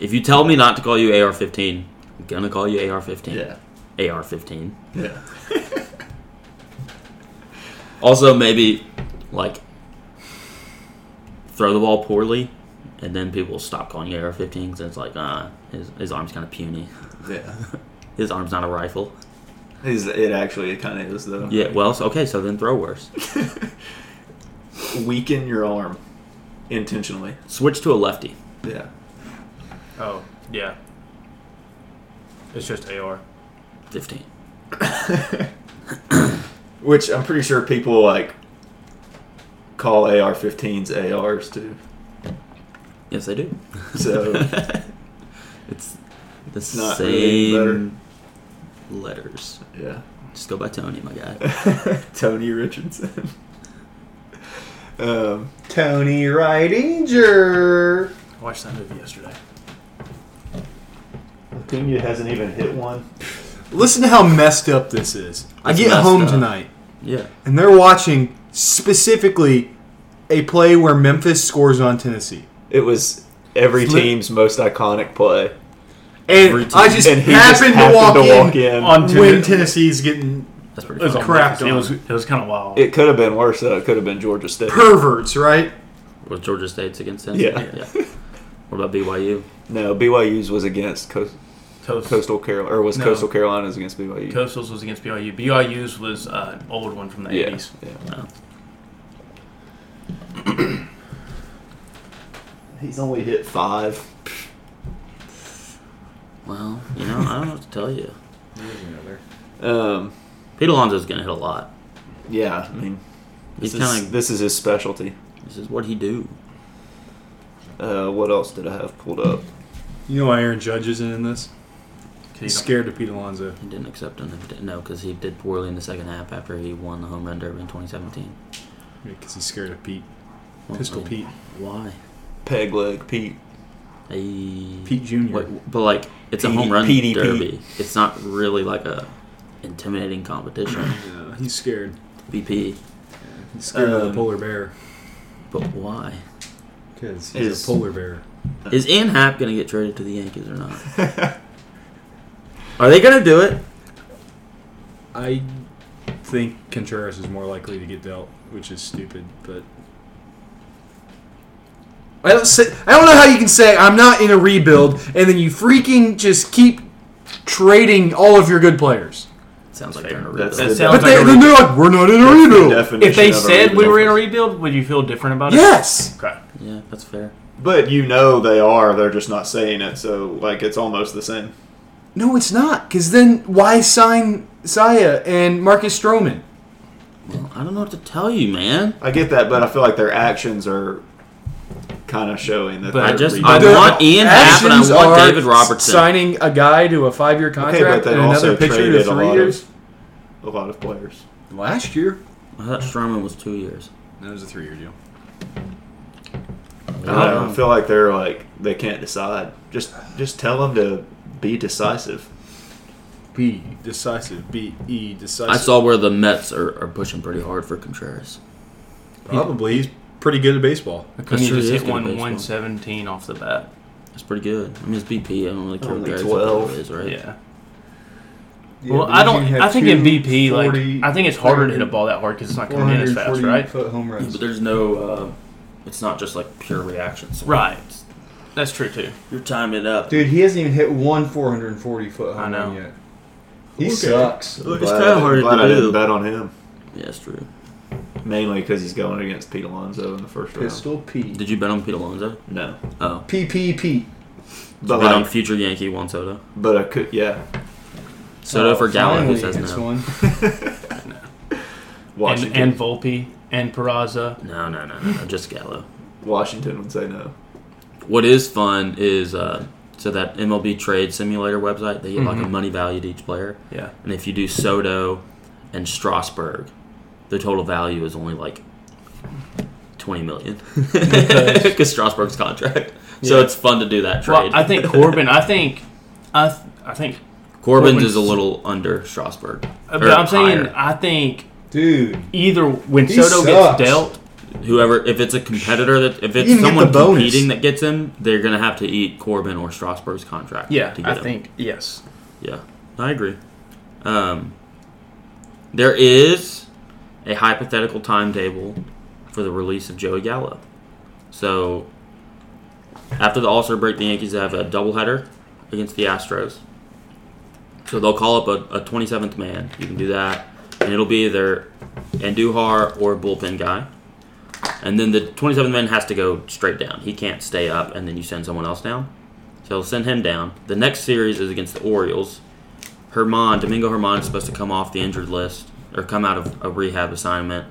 Speaker 2: If you tell me not to call you AR 15, I'm going to call you AR 15.
Speaker 1: [LAUGHS] Yeah.
Speaker 2: AR 15.
Speaker 1: Yeah.
Speaker 2: Also, maybe like throw the ball poorly, and then people stop calling you AR 15s. And it's like, uh, his, his arm's kind of puny.
Speaker 1: Yeah.
Speaker 2: His arm's not a rifle.
Speaker 1: He's, it actually kind of is though.
Speaker 2: Yeah, well, so, okay, so then throw worse.
Speaker 1: Weaken your arm intentionally.
Speaker 2: Switch to a lefty.
Speaker 1: Yeah.
Speaker 4: Oh, yeah. It's just AR.
Speaker 2: 15.
Speaker 1: Which I'm pretty sure people like call AR-15s ARs too.
Speaker 2: Yes, I do.
Speaker 1: So
Speaker 2: [LAUGHS] it's the
Speaker 1: not
Speaker 2: same
Speaker 1: really any better.
Speaker 2: letters.
Speaker 1: Yeah. [LAUGHS]
Speaker 2: Just go by Tony, my guy.
Speaker 1: Tony Richardson. [LAUGHS] um,
Speaker 7: Tony Ridinger.
Speaker 4: I watched that movie yesterday.
Speaker 1: Acuna hasn't even hit one.
Speaker 3: Listen to how messed up this is. I
Speaker 2: It's
Speaker 3: get
Speaker 2: messed
Speaker 3: home
Speaker 2: up.
Speaker 3: tonight,
Speaker 2: Yeah.
Speaker 3: and they're watching specifically a play where Memphis scores on Tennessee.
Speaker 1: It was every
Speaker 3: Flip-
Speaker 1: team's most iconic play.
Speaker 2: Every
Speaker 3: And I
Speaker 2: team.
Speaker 3: just
Speaker 1: And he just
Speaker 3: happened,
Speaker 1: happened
Speaker 3: to, walk
Speaker 1: to walk
Speaker 3: in,
Speaker 1: in.
Speaker 8: On to
Speaker 3: when
Speaker 8: the-
Speaker 3: Tennessee's getting
Speaker 2: That's
Speaker 8: It
Speaker 2: pretty
Speaker 1: Oh,
Speaker 8: was
Speaker 2: fun.
Speaker 8: on
Speaker 3: Crapped
Speaker 8: purpose. It
Speaker 3: on.
Speaker 8: was it was kind of wild.
Speaker 1: It could have been worse, though. It could have been Georgia State.
Speaker 3: perverts, right?
Speaker 2: Well, Georgia State's against them.
Speaker 1: Yeah.
Speaker 2: What about BYU?
Speaker 1: No, BYU's was against Coast,
Speaker 4: Coast,
Speaker 1: Coastal Carolina, or was
Speaker 4: No.
Speaker 1: Coastal Carolina's against BYU?
Speaker 4: Coastals was against BYU. BYU's was uh, an old one from the
Speaker 1: yeah,
Speaker 4: 80s.
Speaker 1: yeah. He's only hit five.
Speaker 2: Well, you know, I don't know what to tell you.
Speaker 9: There's another.
Speaker 1: Um,
Speaker 2: Pete Alonso's gonna hit a lot.
Speaker 1: yeah, I mean,
Speaker 2: He's
Speaker 1: this is,
Speaker 2: kind of
Speaker 1: this is his specialty.
Speaker 2: this is what he do.
Speaker 1: Uh, what else did I have pulled up?
Speaker 3: You know why Aaron Judge isn't in this?
Speaker 4: Okay, you
Speaker 3: He's
Speaker 4: don't-
Speaker 3: scared of Pete Alonso.
Speaker 2: He didn't accept an invita- no because he did poorly in the second half after he won the home run derby in 2017.
Speaker 3: Because he's scared of Pete.
Speaker 2: Well,
Speaker 3: Pistol
Speaker 2: I mean,
Speaker 3: Pete.
Speaker 2: Why?
Speaker 1: Peg leg Pete.
Speaker 2: Hey.
Speaker 3: Pete Jr.
Speaker 2: Wait, but like it's a
Speaker 1: PD
Speaker 2: home run
Speaker 1: PDP.
Speaker 2: derby. It's not really like a intimidating
Speaker 3: [LAUGHS]
Speaker 2: competition.
Speaker 3: Yeah, he's scared.
Speaker 2: BP.
Speaker 3: He's scared of the
Speaker 1: Um,
Speaker 3: polar bear.
Speaker 2: But why?
Speaker 3: Because he's
Speaker 1: is-
Speaker 3: a polar bear.
Speaker 2: Is Ian Happ gonna get traded to the Yankees or not? Are they gonna do it?
Speaker 3: I think Contreras is more likely to get dealt, which is stupid, but. I don't, say, I don't know how you can say I'm not in a rebuild and then you freaking just keep trading all of your good players.
Speaker 2: Sounds like they're
Speaker 4: fair.
Speaker 2: in a
Speaker 1: That's
Speaker 2: rebuild.
Speaker 1: the-
Speaker 4: sounds
Speaker 1: [LAUGHS]
Speaker 3: But
Speaker 4: like
Speaker 3: they,
Speaker 4: a
Speaker 3: then they're like, we're not in a rebuild.
Speaker 4: If they said we were in a rebuild, would you feel different about it?
Speaker 3: Yes.
Speaker 4: Okay.
Speaker 2: Yeah, that's fair.
Speaker 1: but you know they are. They're just not saying it. So like, it's almost the same.
Speaker 3: No, it's not. Because then why sign Saya and Marcus Stroman?
Speaker 2: Well, I don't know what to tell you, man.
Speaker 1: I get that, but I feel like their actions are kind of showing that.
Speaker 4: But
Speaker 2: I
Speaker 1: they're
Speaker 2: just
Speaker 1: rebuilding.
Speaker 2: I
Speaker 3: Their
Speaker 2: want Ian Happ and I
Speaker 3: actions
Speaker 2: want
Speaker 3: are
Speaker 2: David Robertson.
Speaker 3: Signing a guy to a five-year
Speaker 1: okay, but
Speaker 3: contract
Speaker 1: they
Speaker 3: and
Speaker 1: also
Speaker 3: another pitcher to
Speaker 1: traded a
Speaker 3: three
Speaker 1: lot
Speaker 3: years.
Speaker 1: of a lot of players.
Speaker 3: Last year,
Speaker 2: I thought Stroman was two years.
Speaker 3: that was a three-year deal.
Speaker 1: I don't know, I
Speaker 2: Um,
Speaker 1: feel like they're like they can't decide. Just just tell them to be decisive.
Speaker 3: B decisive. B E decisive.
Speaker 2: I saw where the Mets are, are pushing pretty hard for Contreras.
Speaker 3: Probably he's pretty good at baseball.
Speaker 4: Can you
Speaker 2: true,
Speaker 4: just
Speaker 2: he is
Speaker 4: hit
Speaker 2: good at
Speaker 4: one
Speaker 2: baseball.
Speaker 4: 117 off the bat?
Speaker 2: That's pretty good. I mean, it's BP. I don't really care
Speaker 1: Only
Speaker 2: what
Speaker 1: 12.
Speaker 2: It is, right?
Speaker 4: Yeah. well, I don't. I think in BP, like, I think it's harder to hit a ball that hard because it's not coming in as fast, right?
Speaker 9: foot home
Speaker 2: Yeah,
Speaker 9: runs.
Speaker 2: but there's no. Uh, it's not just like pure reaction. So
Speaker 4: Right. That's true too.
Speaker 2: You're timing it up.
Speaker 7: Dude, he hasn't even hit one 440 foot
Speaker 4: I
Speaker 7: home
Speaker 4: know.
Speaker 7: run yet. He
Speaker 3: Okay.
Speaker 7: sucks.
Speaker 2: Look, it's kind of hard
Speaker 1: glad
Speaker 2: to
Speaker 1: I didn't
Speaker 2: do.
Speaker 1: bet on him
Speaker 2: Yeah, it's true.
Speaker 1: mainly because he's going against Pete Alonso in the first
Speaker 7: Pistol Pete.
Speaker 2: Did you bet on Pete Alonso?
Speaker 1: round. No,
Speaker 2: Oh,
Speaker 7: PP Pete.
Speaker 1: but
Speaker 2: bet on
Speaker 1: like, Oh,
Speaker 2: future Yankee Juan Soto.
Speaker 1: but I could yeah.
Speaker 2: Soto for Gallo. Who
Speaker 9: Finally
Speaker 2: says
Speaker 9: hits
Speaker 2: no?
Speaker 9: one.
Speaker 1: Washington
Speaker 4: And and Volpe and Peraza.
Speaker 2: No, no, no, no, no. Just Gallo.
Speaker 1: Washington would say no.
Speaker 2: What is fun is uh, so that MLB trade simulator website. They get like a
Speaker 4: Mhm.
Speaker 2: money value to each player.
Speaker 4: Yeah.
Speaker 2: And if you do Soto and Strasburg, the total value is only like twenty million [LAUGHS] because Strasburg's contract. So
Speaker 4: Yeah.
Speaker 2: it's fun to do that trade.
Speaker 4: Well,
Speaker 2: [LAUGHS]
Speaker 4: I think Corbin. I think, I, th- I think.
Speaker 2: Corbin's
Speaker 4: Corbin's-
Speaker 2: is a little under Strasburg.
Speaker 4: uh,
Speaker 2: Or
Speaker 4: But I'm saying,
Speaker 2: higher.
Speaker 4: I think
Speaker 7: Dude.
Speaker 4: either when
Speaker 7: He
Speaker 4: Soto
Speaker 7: sucks.
Speaker 4: gets dealt,
Speaker 2: Whoever, if it's a competitor that if it's
Speaker 3: even get
Speaker 2: someone
Speaker 3: the bonus.
Speaker 2: competing that gets him, they're gonna have to eat Corbin or Strasburg's contract.
Speaker 4: yeah,
Speaker 2: to get
Speaker 4: I
Speaker 2: him.
Speaker 4: think yes.
Speaker 2: Yeah, I agree. Um, there is a hypothetical timetable for the release of Joey Gallo. So after the All Star break, the Yankees have a doubleheader against the Astros. So they'll call up a, a 27th man. You can do that, and it'll be either Andujar or a bullpen guy. And then the 27th man has to go straight down. He can't stay up, and then you send someone else down. So send him down. The next series is against the Orioles. Herman, Domingo Herman is supposed to come off the injured list or come out of a rehab assignment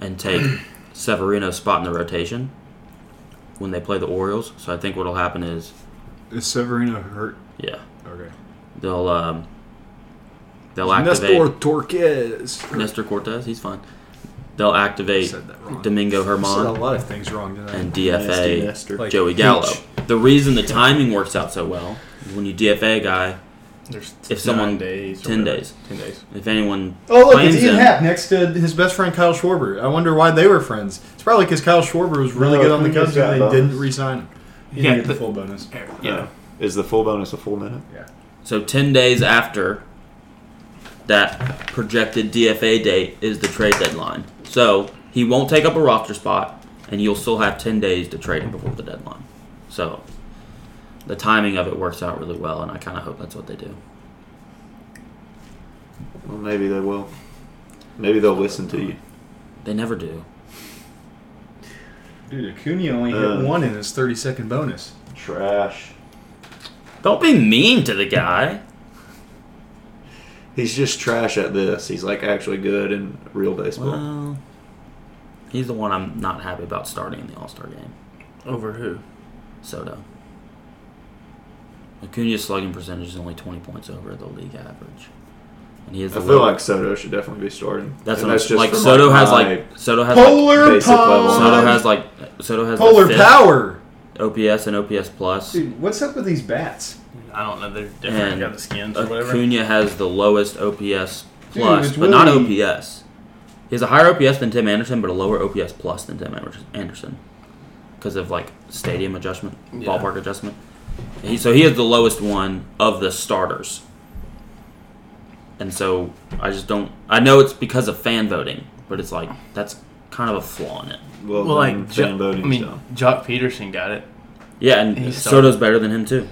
Speaker 2: and take [CLEARS THROAT] Severino's spot in the rotation when they play the Orioles. So I think what'll happen is,
Speaker 3: Is Severino hurt?
Speaker 2: yeah,
Speaker 3: Okay.
Speaker 2: they'll um, They'll activate
Speaker 6: Nestor Torquez.
Speaker 2: Nestor Cortez. He's fine. They'll activate
Speaker 6: Said that wrong. Said
Speaker 2: Domingo
Speaker 6: a
Speaker 2: Herman
Speaker 6: lot of things.
Speaker 5: Things wrong tonight.
Speaker 2: and
Speaker 1: Nasty
Speaker 2: DFA
Speaker 1: Nestor.
Speaker 5: Like-
Speaker 2: Joey
Speaker 5: H.
Speaker 2: Gallo. The reason the timing works out so well is when you DFA a guy,
Speaker 4: There's
Speaker 2: If someone-
Speaker 4: nine days, or
Speaker 2: ten
Speaker 4: whatever.
Speaker 2: days.
Speaker 4: ten days.
Speaker 2: If anyone
Speaker 3: Oh, look,
Speaker 2: claims
Speaker 3: it's Ian
Speaker 2: him,
Speaker 3: Happ next to his best friend Kyle Schwarber. I wonder why they were friends. It's probably because Kyle Schwarber was really
Speaker 1: No,
Speaker 3: good on the
Speaker 1: who gets
Speaker 3: Cubs and
Speaker 1: that
Speaker 3: they
Speaker 1: bonus?
Speaker 3: didn't resign him.
Speaker 5: You didn't
Speaker 4: Yeah,
Speaker 5: get the
Speaker 4: the-
Speaker 5: full bonus.
Speaker 1: Yeah. Is the full bonus a full minute?
Speaker 2: So 10 days after that projected DFA date is the trade deadline. So he won't take up a roster spot, and you'll still have 10 days to trade him before the deadline. So the timing of it works out really well, and I kind of hope that's what they do.
Speaker 1: Well, maybe they will. Maybe they'll listen to you.
Speaker 2: They never do.
Speaker 3: Dude, Acuna only
Speaker 1: Uh.
Speaker 3: hit one in his 30 second bonus.
Speaker 1: Trash.
Speaker 2: Don't be mean to the guy.
Speaker 1: He's just trash at this. He's like actually good in real baseball.
Speaker 2: Well, he's the one I'm not happy about starting in the All Star game.
Speaker 4: Over who?
Speaker 2: Soto. Acuna's slugging percentage is only 20 points over the league average, and he is.
Speaker 1: I
Speaker 2: The
Speaker 1: feel
Speaker 2: leader.
Speaker 1: like Soto should definitely be starting.
Speaker 2: That's
Speaker 1: And
Speaker 2: what I'm
Speaker 1: just
Speaker 2: like.
Speaker 1: from,
Speaker 2: Soto has
Speaker 1: my
Speaker 2: like Soto has like,
Speaker 3: Polar
Speaker 1: basic level.
Speaker 2: Soto
Speaker 1: on.
Speaker 3: power!
Speaker 2: has like Soto has
Speaker 3: Polar
Speaker 2: like
Speaker 3: power!
Speaker 2: OPS and OPS plus.
Speaker 3: Dude, what's up with these bats?
Speaker 4: I don't know. They're different.
Speaker 2: And
Speaker 4: got the skins or whatever.
Speaker 2: Acuna has the lowest OPS
Speaker 3: Dude,
Speaker 2: plus,
Speaker 3: it's
Speaker 2: but not
Speaker 3: really-
Speaker 2: OPS. He has a higher OPS than Tim Anderson, but a lower OPS plus than Tim Ander- Anderson because of like stadium adjustment, ballpark adjustment. He, so he is the lowest one of the starters. And so I just don't. I know it's because of fan voting, but it's like that's kind of a flaw in it.
Speaker 1: well,
Speaker 4: well,
Speaker 1: like
Speaker 4: like
Speaker 1: fan
Speaker 4: jo-
Speaker 1: voting.
Speaker 4: I mean,
Speaker 1: so.
Speaker 4: Jock Peterson got it.
Speaker 2: Yeah, and
Speaker 4: He's solid.
Speaker 2: Soto's better than him too.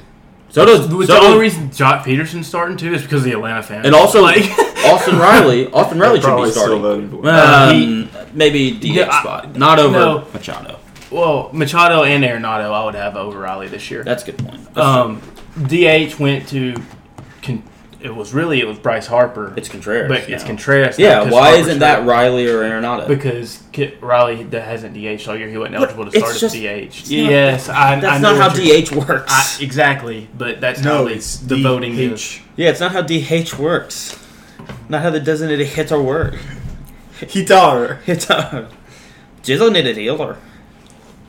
Speaker 2: Soto's,
Speaker 4: The- the
Speaker 2: Soto's
Speaker 4: only reason Jock Peterson's starting too is because of the Atlanta fans.
Speaker 2: and also
Speaker 4: [LAUGHS] like,
Speaker 2: Austin Riley. Austin Riley should be
Speaker 1: Probably
Speaker 2: starting.
Speaker 1: still voting for him.
Speaker 2: Um,
Speaker 4: he-
Speaker 2: maybe DH
Speaker 4: Yeah, I-
Speaker 2: spot, not over
Speaker 4: no.
Speaker 2: Machado.
Speaker 4: well, Machado and Arenado, I would have over Riley this year.
Speaker 2: That's a good point. That's
Speaker 4: Um, DH went to. Con- it was really it was Bryce Harper,
Speaker 2: it's Contreras.
Speaker 4: but it's
Speaker 2: now.
Speaker 4: Contreras. now
Speaker 2: Yeah,
Speaker 4: because
Speaker 2: why
Speaker 4: Harper's
Speaker 2: isn't that
Speaker 4: hurt.
Speaker 2: Riley or Arenado?
Speaker 4: Because Ki- Riley that hasn't DH all year. He wasn't
Speaker 2: But
Speaker 4: eligible to start
Speaker 2: it's
Speaker 4: as
Speaker 2: just-
Speaker 4: DH.
Speaker 2: it's not-
Speaker 4: Yes, I. I
Speaker 2: that's
Speaker 4: know
Speaker 2: not how
Speaker 4: what you're-
Speaker 2: DH works.
Speaker 4: I, exactly, but that's how they- the voting is.
Speaker 2: yeah, it's not how DH works. Not how the designated hitter [LAUGHS] works.
Speaker 3: Hitar.
Speaker 2: Hitter. Designated hitter.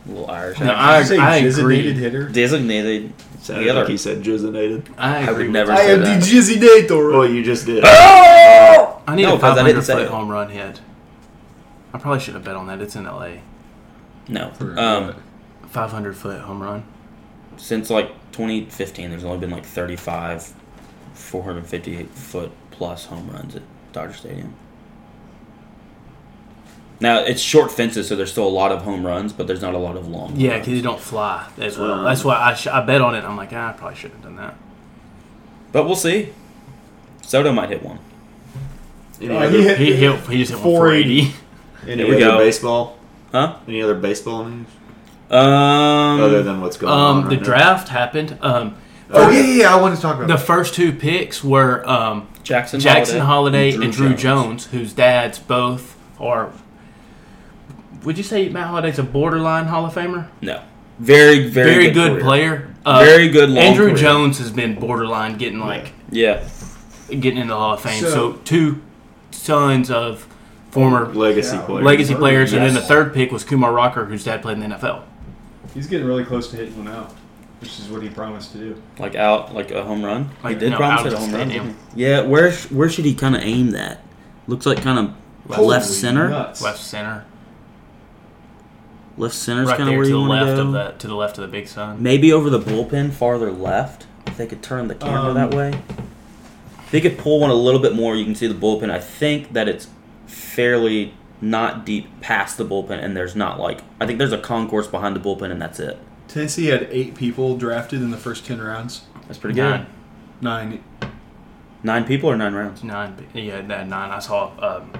Speaker 2: Little Irish.
Speaker 4: No,
Speaker 2: accent.
Speaker 4: I,
Speaker 3: Did you say
Speaker 4: I
Speaker 3: designated
Speaker 4: agree.
Speaker 3: hitter?
Speaker 2: designated.
Speaker 1: Sounded
Speaker 2: the other-
Speaker 1: like he said jizzinated.
Speaker 4: I
Speaker 2: I
Speaker 4: agree.
Speaker 2: would never
Speaker 3: I
Speaker 2: say
Speaker 3: am
Speaker 2: that.
Speaker 3: the Jizzy Nator.
Speaker 1: Well, you just did.
Speaker 2: Uh,
Speaker 4: I need
Speaker 2: No,
Speaker 4: a
Speaker 2: 'cause I didn't
Speaker 4: 500
Speaker 2: say
Speaker 4: foot
Speaker 2: it.
Speaker 4: home run hit. I probably should have bet on that. It's in LA.
Speaker 2: No.
Speaker 5: For
Speaker 2: Um,
Speaker 5: what?
Speaker 4: 500 foot home run.
Speaker 2: since like 2015, there's only been like 35, 458 foot plus home runs at Dodger Stadium. Now it's short fences, so there's still a lot of home runs, but there's not a lot of long. home
Speaker 4: Yeah,
Speaker 2: runs.
Speaker 4: because you don't fly as well.
Speaker 1: Um,
Speaker 4: That's why I, sh- I bet on it. I'm like, ah, I probably should have done that.
Speaker 2: but we'll see. Soto might hit one.
Speaker 1: Any
Speaker 3: Uh,
Speaker 1: other,
Speaker 3: he hit-
Speaker 4: He, he, he just hit
Speaker 3: 480.
Speaker 4: 480.
Speaker 1: any
Speaker 2: Here we
Speaker 1: other
Speaker 2: go.
Speaker 1: baseball?
Speaker 2: Huh?
Speaker 1: Any other baseball news
Speaker 2: Um,
Speaker 1: other than what's going on?
Speaker 4: Um, the
Speaker 1: right now?
Speaker 4: draft happened. Um,
Speaker 3: Oh, yeah, yeah, yeah, I want to talk about
Speaker 4: the first two picks were um,
Speaker 2: Jackson.
Speaker 4: Jackson Holiday,
Speaker 2: Drew
Speaker 4: and Drew
Speaker 2: Jones.
Speaker 4: Jones. whose dads both are. Would you say Matt Holiday's a borderline Hall of Famer?
Speaker 2: No. Very, very,
Speaker 4: Very, good,
Speaker 2: career.
Speaker 4: player. Uh,
Speaker 2: Very good long
Speaker 4: Andrew
Speaker 2: career.
Speaker 4: Jones has been borderline getting like
Speaker 2: Yeah.
Speaker 4: getting in the Hall of Fame.
Speaker 3: So-
Speaker 4: So, two sons of former
Speaker 1: legacy
Speaker 3: Yeah.
Speaker 1: player.
Speaker 4: legacy players, and then the
Speaker 2: Yes.
Speaker 4: third pick was Kumar Rocker, whose dad played in the NFL.
Speaker 5: He's getting really close to hitting one out, which is what he promised to do.
Speaker 2: Like out, like a home run.
Speaker 4: Like,
Speaker 2: he did
Speaker 4: no,
Speaker 2: promise
Speaker 4: out
Speaker 2: it
Speaker 4: of
Speaker 2: a
Speaker 4: the
Speaker 2: home run.
Speaker 4: stadium.
Speaker 2: didn't he? Yeah. Where sh- where should he kind of aim that? Looks like kind of
Speaker 3: Holy
Speaker 2: left center.
Speaker 3: nuts.
Speaker 4: Left center,
Speaker 2: Left center's
Speaker 4: right
Speaker 2: kind of
Speaker 4: there
Speaker 2: where
Speaker 4: to the
Speaker 2: you want to
Speaker 4: left
Speaker 2: go.
Speaker 4: of the to the left of the big son.
Speaker 2: Maybe over the bullpen, farther left. If they could turn the camera
Speaker 3: Um,
Speaker 2: that way. If they could pull one a little bit more, you can see the bullpen. I think that it's fairly not deep past the bullpen, and there's not like I think there's a concourse behind the bullpen, and that's it.
Speaker 3: Tennessee had eight people drafted in the first 10 rounds.
Speaker 2: That's pretty
Speaker 4: Nine,
Speaker 3: Nine.
Speaker 2: good. Nine people or nine rounds.
Speaker 4: nine, yeah, that nine. I saw um,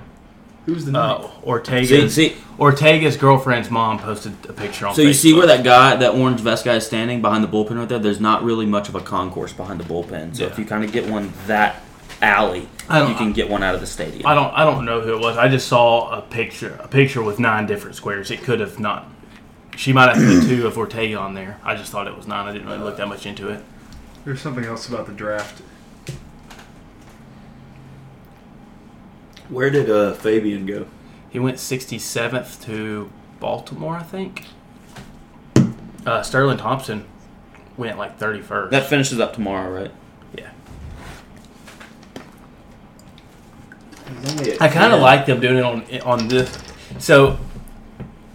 Speaker 3: Who was the ninth?
Speaker 4: uh, Ortega's
Speaker 2: See, see,
Speaker 4: Ortega's girlfriend's mom posted a picture on.
Speaker 2: so you see
Speaker 4: Facebook.
Speaker 2: where that guy, that orange vest guy, is standing behind the bullpen right there. There's not really much of a concourse behind the bullpen. So if
Speaker 4: Yeah.
Speaker 2: you kind of get one that alley,
Speaker 4: I don't-
Speaker 2: you can get one out of the stadium.
Speaker 4: I don't I don't know who it was. I just saw a picture a picture with nine different squares. It could have not. She might have put two of Ortega on there. I just thought it was nine. I didn't really look that much into it.
Speaker 5: There's something else about the draft.
Speaker 1: Where did uh, Fabian go?
Speaker 4: He went 67th to Baltimore, I think. Uh, Sterling Thompson went like 31st.
Speaker 2: That finishes up tomorrow, right?
Speaker 4: yeah.
Speaker 1: He's only at
Speaker 4: I kind of
Speaker 1: 10.
Speaker 4: like them doing it on on this. So,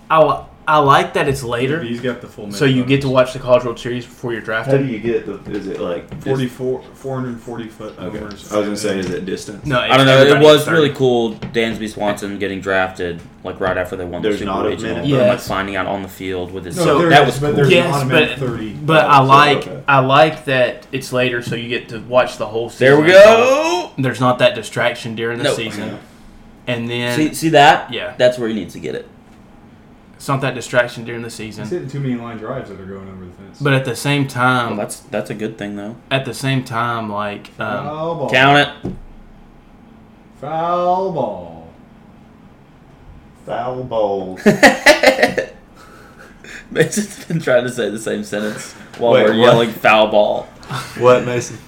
Speaker 4: I li- I like that it's later,
Speaker 5: He's got the full.
Speaker 4: so you get to watch the College World Series before you're
Speaker 1: How do
Speaker 4: drafted.
Speaker 1: you get the? Is it like dis-
Speaker 5: 44, 440 foot.
Speaker 1: Okay. I
Speaker 5: overs.
Speaker 1: was gonna say, is it distance?
Speaker 4: No,
Speaker 2: I don't know. It
Speaker 4: everybody
Speaker 2: was
Speaker 4: gets
Speaker 2: really
Speaker 4: 30.
Speaker 2: cool. Dansby Swanson getting drafted like right after they won
Speaker 1: There's
Speaker 2: the Super
Speaker 1: not
Speaker 2: Bowl
Speaker 1: a
Speaker 2: original,
Speaker 1: minute.
Speaker 2: but I'm, like
Speaker 4: Yes.
Speaker 2: finding out on the field with his.
Speaker 5: No,
Speaker 4: So
Speaker 5: there
Speaker 2: that
Speaker 5: is,
Speaker 2: was
Speaker 5: but
Speaker 2: cool.
Speaker 5: there's
Speaker 4: Yes,
Speaker 5: an automatic
Speaker 4: but-
Speaker 5: thirty.
Speaker 2: Oh,
Speaker 4: But I
Speaker 1: so,
Speaker 4: like
Speaker 1: okay.
Speaker 4: I like that it's later, so you get to watch the whole. season.
Speaker 2: There we go.
Speaker 4: There's not that distraction during the
Speaker 2: No.
Speaker 4: season, and then
Speaker 2: See, see that?
Speaker 4: Yeah.
Speaker 2: That's where he needs to get it.
Speaker 4: it's not that distraction during the season.
Speaker 5: He's hitting too many line drives that are going over the fence.
Speaker 4: But at the same
Speaker 2: Well,
Speaker 4: time,
Speaker 2: that's that's a good thing though.
Speaker 4: at the same time, like um,
Speaker 5: foul ball.
Speaker 2: Count it.
Speaker 5: Foul ball.
Speaker 1: Foul balls.
Speaker 2: [LAUGHS] Mason's been trying to say the same sentence while
Speaker 1: Wait,
Speaker 2: we're
Speaker 1: what?
Speaker 2: yelling foul ball.
Speaker 1: what, Mason?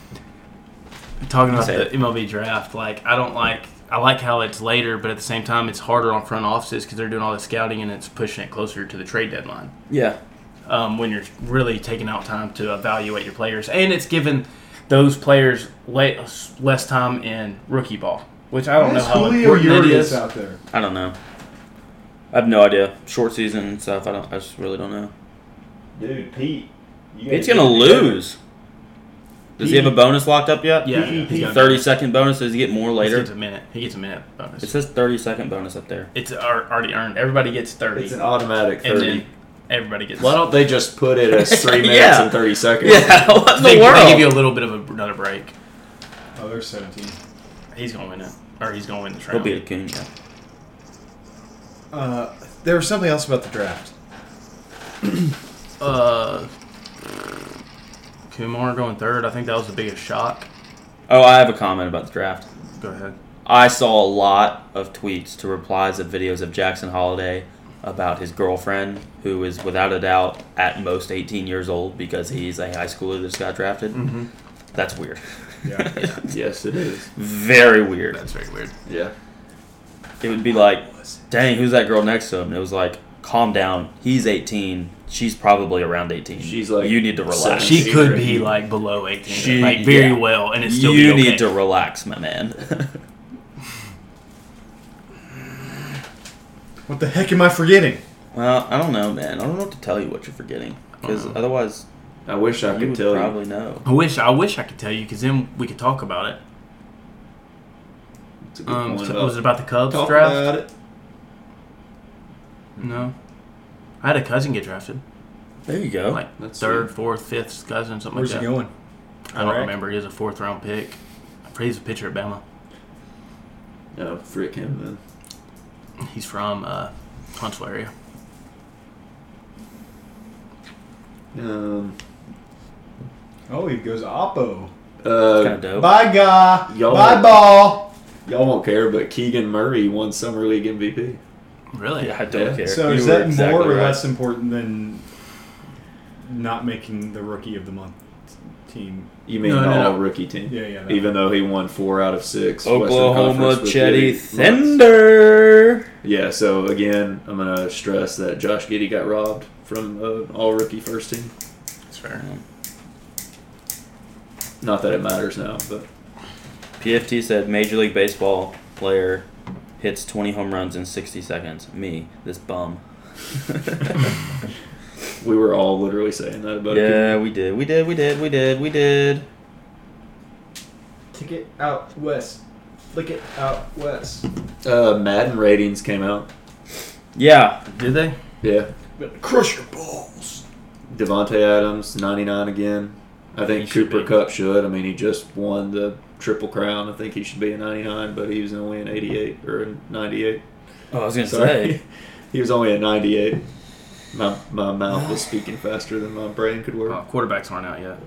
Speaker 4: talking about
Speaker 2: Say
Speaker 4: the
Speaker 2: it.
Speaker 4: MLB draft, like I don't like I like how it's later, but at the same time, it's harder on front offices because they're doing all the scouting and it's pushing it closer to the trade deadline.
Speaker 2: Yeah.
Speaker 4: um, when you're really taking out time to evaluate your players, and it's given those players less, less time in rookie ball, which I don't know
Speaker 5: That's
Speaker 4: how
Speaker 5: Julio
Speaker 4: important it
Speaker 5: Urias
Speaker 4: is.
Speaker 5: out there.
Speaker 2: I don't know. I have no idea. Short season and stuff. I don't. I just really don't know.
Speaker 1: Dude, Pete. You
Speaker 2: It's gonna lose. Does he have a bonus locked up yet?
Speaker 4: Yeah,
Speaker 1: He-
Speaker 4: he's got-
Speaker 2: Thirty second bonus. Does he get more
Speaker 4: He
Speaker 2: later?
Speaker 4: gets a minute. He gets a minute bonus.
Speaker 2: It
Speaker 4: It's,
Speaker 2: says thirty second bonus up there.
Speaker 4: al- already earned. Everybody gets thirty,
Speaker 1: It's an automatic
Speaker 4: and
Speaker 1: thirty.
Speaker 4: then everybody gets.
Speaker 1: Why don't they just put it as
Speaker 4: [LAUGHS]
Speaker 1: three minutes
Speaker 2: Yeah.
Speaker 1: and thirty seconds?
Speaker 2: Yeah. [LAUGHS] What in
Speaker 4: they,
Speaker 2: the
Speaker 4: they give you
Speaker 2: world?
Speaker 4: a little bit of a, another break.
Speaker 5: Oh, there's 17.
Speaker 4: He's gonna win it, or he's gonna win the
Speaker 2: He'll
Speaker 4: round.
Speaker 2: be a coon. Yeah.
Speaker 3: Uh, there was something else about the draft.
Speaker 4: uh, Kumar going third. I think that was the biggest shock.
Speaker 2: Oh, I have a comment about the draft.
Speaker 4: Go ahead.
Speaker 2: I saw a lot of tweets to replies of videos of Jackson Holiday about his girlfriend, who is without a doubt at most 18 years old because he's a high schooler that got drafted.
Speaker 5: Mm-hmm.
Speaker 4: Mhm.
Speaker 2: That's weird.
Speaker 5: Yeah.
Speaker 1: Yes, it is.
Speaker 2: [LAUGHS] Very weird.
Speaker 4: That's very weird.
Speaker 1: Yeah.
Speaker 2: It would be like, dang, who's that girl next to him? And it was like, calm down. He's 18. She's probably around 18.
Speaker 1: She's like
Speaker 2: you need to relax.
Speaker 1: seventeen.
Speaker 4: She could
Speaker 1: Secret.
Speaker 4: be like below eighteen,
Speaker 2: She-
Speaker 4: like very
Speaker 2: yeah.
Speaker 4: well, and it's still
Speaker 2: You
Speaker 4: be okay.
Speaker 2: need to relax, my man. [LAUGHS]
Speaker 3: What the heck am I forgetting?
Speaker 2: well, I don't know, man. I don't know what to tell you what you're forgetting because otherwise,
Speaker 1: I wish I
Speaker 2: you
Speaker 1: could
Speaker 2: would
Speaker 1: tell
Speaker 2: probably know.
Speaker 4: I wish I wish I could tell you because then we could talk about it.
Speaker 1: you. It's a good
Speaker 4: Um,
Speaker 1: point
Speaker 4: so-
Speaker 1: about-
Speaker 4: was it about the Cubs
Speaker 1: Talk
Speaker 4: draft?
Speaker 1: about it.
Speaker 4: No, I had a cousin get drafted,
Speaker 2: There you
Speaker 1: Oh,
Speaker 2: go.
Speaker 4: like
Speaker 1: That's
Speaker 4: third, fourth, fifth cousin, something
Speaker 3: Where's
Speaker 4: like
Speaker 3: he
Speaker 4: that.
Speaker 3: going?
Speaker 4: I don't
Speaker 3: Iraq?
Speaker 4: remember. He was a fourth round pick. I'm pretty he's a pitcher at Bama.
Speaker 1: No, frick him then.
Speaker 4: He's from uh, Huntsville area.
Speaker 1: Um,
Speaker 5: Oh, he goes oppo.
Speaker 2: kind
Speaker 1: uh,
Speaker 2: of dope.
Speaker 3: Bye, guy.
Speaker 1: Yo.
Speaker 3: Bye, ball.
Speaker 1: y'all won't care, but Keegan Murray won summer league MVP.
Speaker 4: Really?
Speaker 2: Yeah, I don't
Speaker 1: Yeah.
Speaker 2: care.
Speaker 5: So
Speaker 2: You
Speaker 5: is
Speaker 2: were
Speaker 5: that
Speaker 2: exactly
Speaker 5: more or
Speaker 2: right.
Speaker 5: less important than not making the rookie of the month team?
Speaker 1: You mean
Speaker 4: No, no,
Speaker 1: all
Speaker 4: no.
Speaker 1: rookie team?
Speaker 5: Yeah, yeah. that-
Speaker 1: Even though he won four out of six. Western
Speaker 2: Oklahoma
Speaker 1: Conference with
Speaker 2: Chetty
Speaker 1: Giddy months.
Speaker 2: Thunder.
Speaker 1: Yeah, so again, I'm gonna stress that Josh Giddy got robbed from uh, all rookie first team.
Speaker 4: That's fair.
Speaker 1: Not that it matters now, but
Speaker 2: PFT said Major League Baseball player hits 20 home runs in 60 seconds. Me, this bum. [LAUGHS]
Speaker 1: we were all literally saying that about it.
Speaker 2: yeah, we did. We did. We did. We did. We did.
Speaker 3: Kick it out west. Flick it out west.
Speaker 1: Uh, Madden ratings came out.
Speaker 2: Yeah.
Speaker 4: Did they?
Speaker 1: Yeah,
Speaker 3: Crush your balls.
Speaker 1: Devonte Adams, 99 again. I think
Speaker 4: He should
Speaker 1: Cooper
Speaker 4: be.
Speaker 1: Cup should. I mean, he just won the triple crown. I think he should be a 99, but he was only an 88 or a 98.
Speaker 2: Oh, I was gonna
Speaker 1: Sorry,
Speaker 2: say.
Speaker 1: [LAUGHS] he was only a 98. My, my mouth was speaking faster than my brain could work.
Speaker 4: Oh, quarterbacks aren't out yet.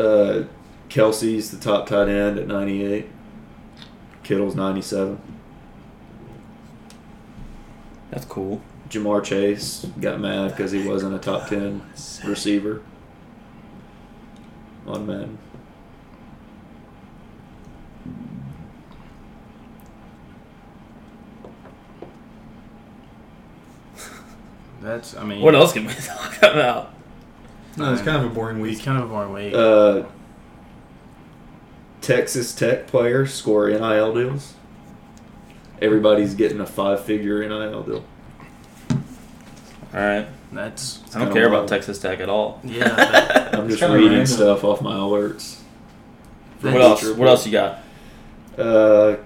Speaker 1: Uh, Kelsey's the top tight end at 98. Kittle's 97.
Speaker 2: That's cool.
Speaker 1: Jamar Chase got mad because he wasn't a top 10 receiver on Madden.
Speaker 4: That's I mean
Speaker 2: What else can we [LAUGHS] talk about?
Speaker 3: No, it's kind of a boring
Speaker 4: It's
Speaker 3: week.
Speaker 4: kind of a boring way.
Speaker 1: Uh, Texas Tech players score NIL deals. Everybody's getting a five figure NIL deal.
Speaker 2: All right.
Speaker 4: That's
Speaker 2: I don't
Speaker 1: kinda
Speaker 2: care about
Speaker 1: wild.
Speaker 2: Texas Tech at all.
Speaker 4: yeah.
Speaker 1: [LAUGHS]
Speaker 4: That,
Speaker 1: I'm just
Speaker 3: kinda
Speaker 1: reading
Speaker 3: random.
Speaker 1: stuff off my alerts.
Speaker 2: What else? What else you got?
Speaker 1: Uh,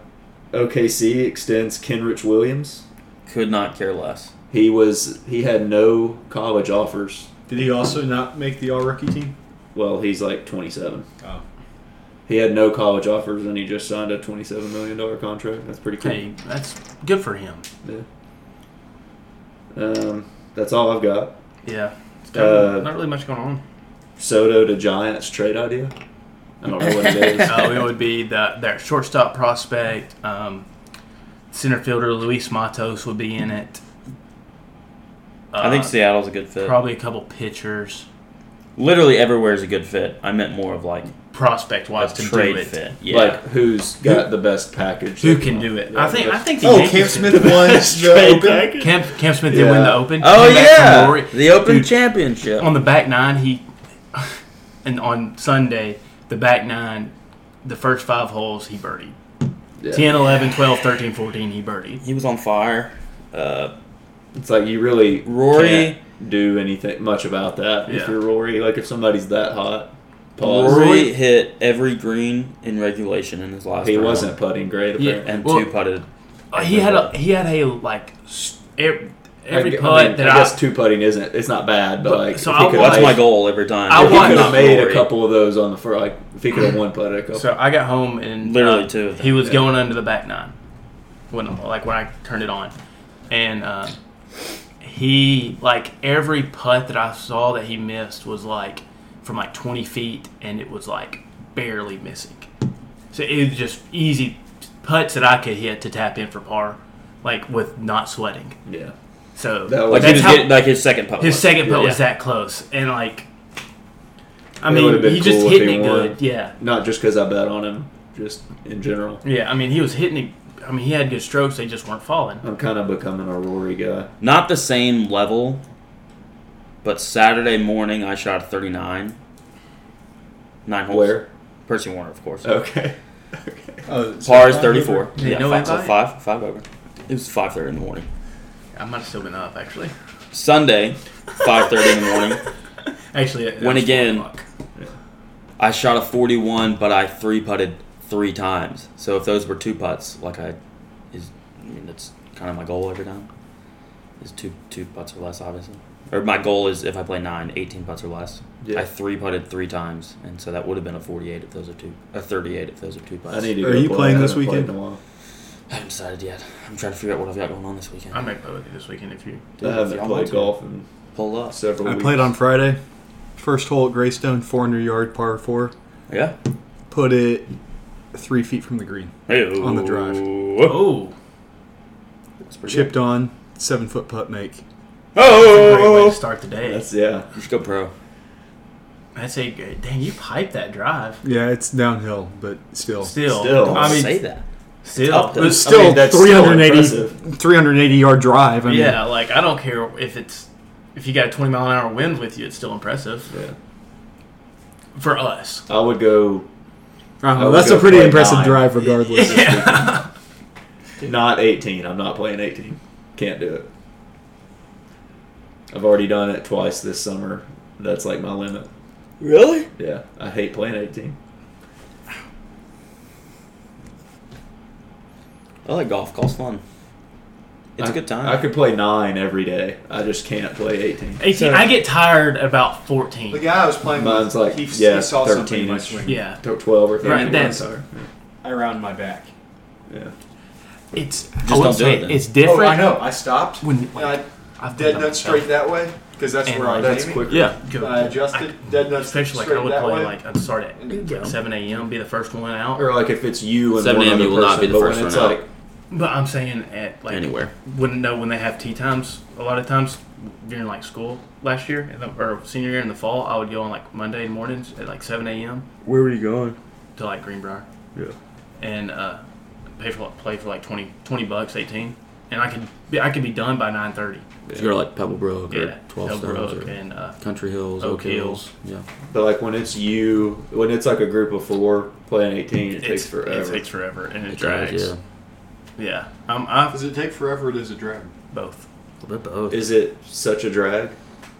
Speaker 1: OKC extends Kenrich Williams.
Speaker 2: Could not care less.
Speaker 1: He was he had no college offers.
Speaker 3: Did he also not make the all rookie team?
Speaker 1: Well, he's like 27.
Speaker 3: Oh.
Speaker 1: He had no college offers, and he just signed a 27 million dollar contract. That's pretty cool.
Speaker 4: hey, that's good for him.
Speaker 1: Um, that's all I've got.
Speaker 4: Yeah. It's kind
Speaker 1: Uh,
Speaker 4: of, not really much going [LAUGHS] on.
Speaker 1: Soto to Giants trade idea. I don't know what it
Speaker 2: [LAUGHS]
Speaker 1: is.
Speaker 2: Oh,
Speaker 4: Uh, it would be the, their shortstop prospect, um, center fielder Luis Matos would be in it. Uh,
Speaker 2: I think Seattle's a good fit.
Speaker 4: probably a couple pitchers,
Speaker 2: Literally everywhere is a good fit. I meant more of like
Speaker 4: prospect
Speaker 2: a
Speaker 4: wise, to
Speaker 2: trade
Speaker 4: do it.
Speaker 2: fit. Yeah.
Speaker 1: Like who's got the best package?
Speaker 4: Who can do it? I think.
Speaker 1: [LAUGHS]
Speaker 4: I think. The
Speaker 3: Oh,
Speaker 4: Yankees
Speaker 3: Cam
Speaker 4: can
Speaker 3: Smith
Speaker 4: do it. [LAUGHS]
Speaker 3: won the open.
Speaker 4: Cam, Cam Smith did win
Speaker 1: Yeah.
Speaker 4: the Open.
Speaker 2: oh
Speaker 4: Came back from
Speaker 2: yeah,
Speaker 4: Rory.
Speaker 2: the Open
Speaker 4: Dude, Um,
Speaker 2: Championship.
Speaker 4: on the back nine, he [LAUGHS] and on Sunday, the back nine, the first five holes he birdied.
Speaker 1: Yeah.
Speaker 4: Ten, eleven, twelve, thirteen, fourteen. 10, 11, 12, 13, 14, he birdied.
Speaker 2: he was on fire. Uh,
Speaker 1: It's like you really
Speaker 2: Rory-
Speaker 1: can't do anything much about that if
Speaker 4: Yeah.
Speaker 1: you're Rory. Like if somebody's that hot, pause.
Speaker 2: Rory hit every green in regulation in his last.
Speaker 1: he
Speaker 2: round.
Speaker 1: wasn't putting great.
Speaker 4: Yeah.
Speaker 1: Apparently.
Speaker 2: and
Speaker 4: Well-
Speaker 2: two putted.
Speaker 4: Uh, He had a he had a like s- ev- every
Speaker 1: I,
Speaker 4: putt
Speaker 1: I mean,
Speaker 4: that
Speaker 1: I
Speaker 4: I,
Speaker 1: guess two putting isn't. It's not bad, but,
Speaker 4: But-
Speaker 1: like
Speaker 4: so
Speaker 1: if he
Speaker 4: I
Speaker 1: could
Speaker 4: watched-
Speaker 2: That's
Speaker 1: have
Speaker 2: my goal every time.
Speaker 4: I
Speaker 2: If he
Speaker 4: want-
Speaker 1: could
Speaker 2: could've
Speaker 1: have made
Speaker 2: Rory-
Speaker 1: a couple of those on the first. Like if he
Speaker 4: [CLEARS THROAT]
Speaker 1: could have one putted a couple.
Speaker 4: so I got home and
Speaker 2: Literally
Speaker 4: uh,
Speaker 2: two of them,
Speaker 4: He was
Speaker 1: yeah.
Speaker 4: going under the back nine when like when I turned it on, and uh, he like every putt that I saw that he missed was like from like 20 feet and it was like barely missing. So it was just easy putts that I could hit to tap in for par, like with not sweating.
Speaker 1: yeah,
Speaker 4: So
Speaker 1: That was-
Speaker 2: Like he
Speaker 4: that's
Speaker 2: was
Speaker 4: how-
Speaker 2: getting, like his second putt.
Speaker 4: His
Speaker 2: was.
Speaker 4: second putt
Speaker 2: Oh, Yeah.
Speaker 4: was that close, and like, I
Speaker 1: It
Speaker 4: mean,
Speaker 1: would've been
Speaker 4: he just
Speaker 1: cool if
Speaker 4: hitting
Speaker 1: he
Speaker 4: it
Speaker 1: won.
Speaker 4: good. Yeah,
Speaker 1: not just because I bet on him, just in general.
Speaker 4: yeah. I mean, he was hitting it. I mean, he had good strokes. They just weren't falling.
Speaker 1: I'm kind of becoming a Rory guy.
Speaker 2: not the same level, but Saturday morning I shot 39. Nine holes. [LAUGHS]
Speaker 1: Where?
Speaker 2: Percy Warner, of
Speaker 4: Oh,
Speaker 2: course.
Speaker 1: Okay. Okay.
Speaker 3: Oh, so
Speaker 2: Par is
Speaker 3: five
Speaker 2: 34.
Speaker 4: Hey,
Speaker 2: Yeah,
Speaker 4: no
Speaker 2: five, so
Speaker 4: invite?
Speaker 2: five, five over. It was 5.30 in the morning.
Speaker 4: I might have still been up actually.
Speaker 2: Sunday, 5.30 in the morning,
Speaker 4: [LAUGHS] Actually, it- it
Speaker 2: When
Speaker 4: was
Speaker 2: again-
Speaker 4: four o'clock.
Speaker 2: I shot a 41, but I three-putted three times. So if those were two putts, like I... is I mean, that's kind of my goal every time. Is two two putts or less, obviously. Or my goal is if I play nine, 18 putts or less.
Speaker 1: Yeah.
Speaker 2: I three putted three times, and so that would have been a forty-eight if those are two, a thirty-eight if those are two putts.
Speaker 1: I need to
Speaker 3: Are
Speaker 1: go
Speaker 3: you
Speaker 1: play.
Speaker 3: playing
Speaker 1: I
Speaker 3: this
Speaker 1: haven't played
Speaker 3: weekend?
Speaker 1: in a while.
Speaker 2: I haven't decided yet. I'm trying to figure out what I've got going on this weekend.
Speaker 4: I may play with you this weekend if you.
Speaker 2: Dude,
Speaker 1: I
Speaker 2: if
Speaker 1: haven't
Speaker 2: y'all want
Speaker 1: played
Speaker 2: to,
Speaker 1: golf in
Speaker 2: Pull up.
Speaker 1: several.
Speaker 3: I
Speaker 1: weeks.
Speaker 3: played on Friday. First hole at Greystone, 400 yard par 4.
Speaker 2: Yeah.
Speaker 3: Put it three feet from the green. On the drive.
Speaker 4: Oh,
Speaker 2: That's pretty
Speaker 3: Chipped on, seven foot putt make.
Speaker 2: Good.
Speaker 4: that's a great way
Speaker 2: Oh.
Speaker 4: to start the day.
Speaker 1: That's yeah.
Speaker 2: You should go pro.
Speaker 4: That's a good. Dang, you piped that drive.
Speaker 3: Yeah, it's downhill, but still.
Speaker 4: Still,
Speaker 1: Still.
Speaker 4: I mean,
Speaker 2: say that.
Speaker 4: still.
Speaker 2: It's up to-
Speaker 3: It's still
Speaker 1: I mean, that's still
Speaker 3: 380,
Speaker 1: impressive.
Speaker 3: 380 yard drive. I mean,
Speaker 4: yeah, like I don't care if it's if you got a 20 mile an hour wind with you, it's still impressive
Speaker 1: Yeah.
Speaker 4: for us.
Speaker 1: I would go
Speaker 3: I don't know,
Speaker 1: I would
Speaker 3: that's
Speaker 1: go
Speaker 3: a pretty
Speaker 1: play
Speaker 3: impressive
Speaker 1: nine.
Speaker 3: drive, regardless.
Speaker 1: [LAUGHS]
Speaker 4: [LAUGHS]
Speaker 1: not 18. I'm not playing 18. Can't do it. I've already done it twice this summer. That's like my limit.
Speaker 2: Really?
Speaker 1: Yeah, I hate playing 18.
Speaker 2: I like golf. Golf's fun. It's
Speaker 1: I-
Speaker 2: a good time.
Speaker 1: I could play nine every day. I just can't play 18.
Speaker 4: 18. I get tired about 14.
Speaker 3: The guy I was playing
Speaker 1: Mine's like,
Speaker 3: with, he,
Speaker 1: yeah,
Speaker 3: he saw something in my
Speaker 1: 13 -ish.
Speaker 3: swing.
Speaker 4: Yeah,
Speaker 1: T- 12 or 13.
Speaker 4: Right, that's-
Speaker 1: sorry.
Speaker 3: I round my back.
Speaker 1: Yeah.
Speaker 4: it's
Speaker 2: Just
Speaker 4: I will
Speaker 2: don't do
Speaker 4: say
Speaker 2: it then.
Speaker 4: it's different.
Speaker 3: Oh, I know. I stopped.
Speaker 4: When-
Speaker 3: and I
Speaker 4: I've
Speaker 3: dead
Speaker 4: done
Speaker 3: nut
Speaker 4: that
Speaker 3: straight
Speaker 4: myself.
Speaker 3: that way because that's
Speaker 4: And
Speaker 3: where I
Speaker 4: like-
Speaker 3: was
Speaker 1: That's
Speaker 3: aiming.
Speaker 1: quicker.
Speaker 2: yeah.
Speaker 4: Go.
Speaker 3: And I adjusted dead nut
Speaker 4: Especially like
Speaker 3: straight
Speaker 4: I would
Speaker 3: that
Speaker 4: play
Speaker 3: way.
Speaker 4: like I'd start at
Speaker 3: And go.
Speaker 4: 7 a.m. be the first one out.
Speaker 1: Or like if it's you and
Speaker 2: 7
Speaker 1: one
Speaker 2: a.m.,
Speaker 1: other
Speaker 2: you will not
Speaker 1: person,
Speaker 2: be the
Speaker 1: but
Speaker 2: first
Speaker 1: when it's
Speaker 2: one out.
Speaker 1: like
Speaker 4: But I'm saying at like
Speaker 2: Anywhere.
Speaker 4: When no, when they have tea times, a lot of times during like school last year in the, or senior year in the fall, I would go on like Monday mornings at like 7 a.m.
Speaker 2: Where were you going?
Speaker 4: to like Greenbrier.
Speaker 1: Yeah.
Speaker 4: And uh, pay for like, play for like 20, 20 bucks, 18. and I could be, I could be done by nine thirty.
Speaker 2: You're like Pebblebrook
Speaker 4: Yeah,
Speaker 2: or 12 Stones
Speaker 4: Hillbrook
Speaker 2: or
Speaker 4: and uh,
Speaker 2: Country Hills, Oak,
Speaker 4: Oak
Speaker 2: Hills. Yeah.
Speaker 1: But like when it's you, when it's like a group of four playing 18, it
Speaker 4: it's-
Speaker 1: takes forever.
Speaker 4: It takes forever, and it,
Speaker 2: It
Speaker 4: drags.
Speaker 2: drives, yeah.
Speaker 4: yeah, um, I
Speaker 3: Does it take forever? Or does it drag?
Speaker 4: both
Speaker 2: A little bit both.
Speaker 1: Is it such a drag?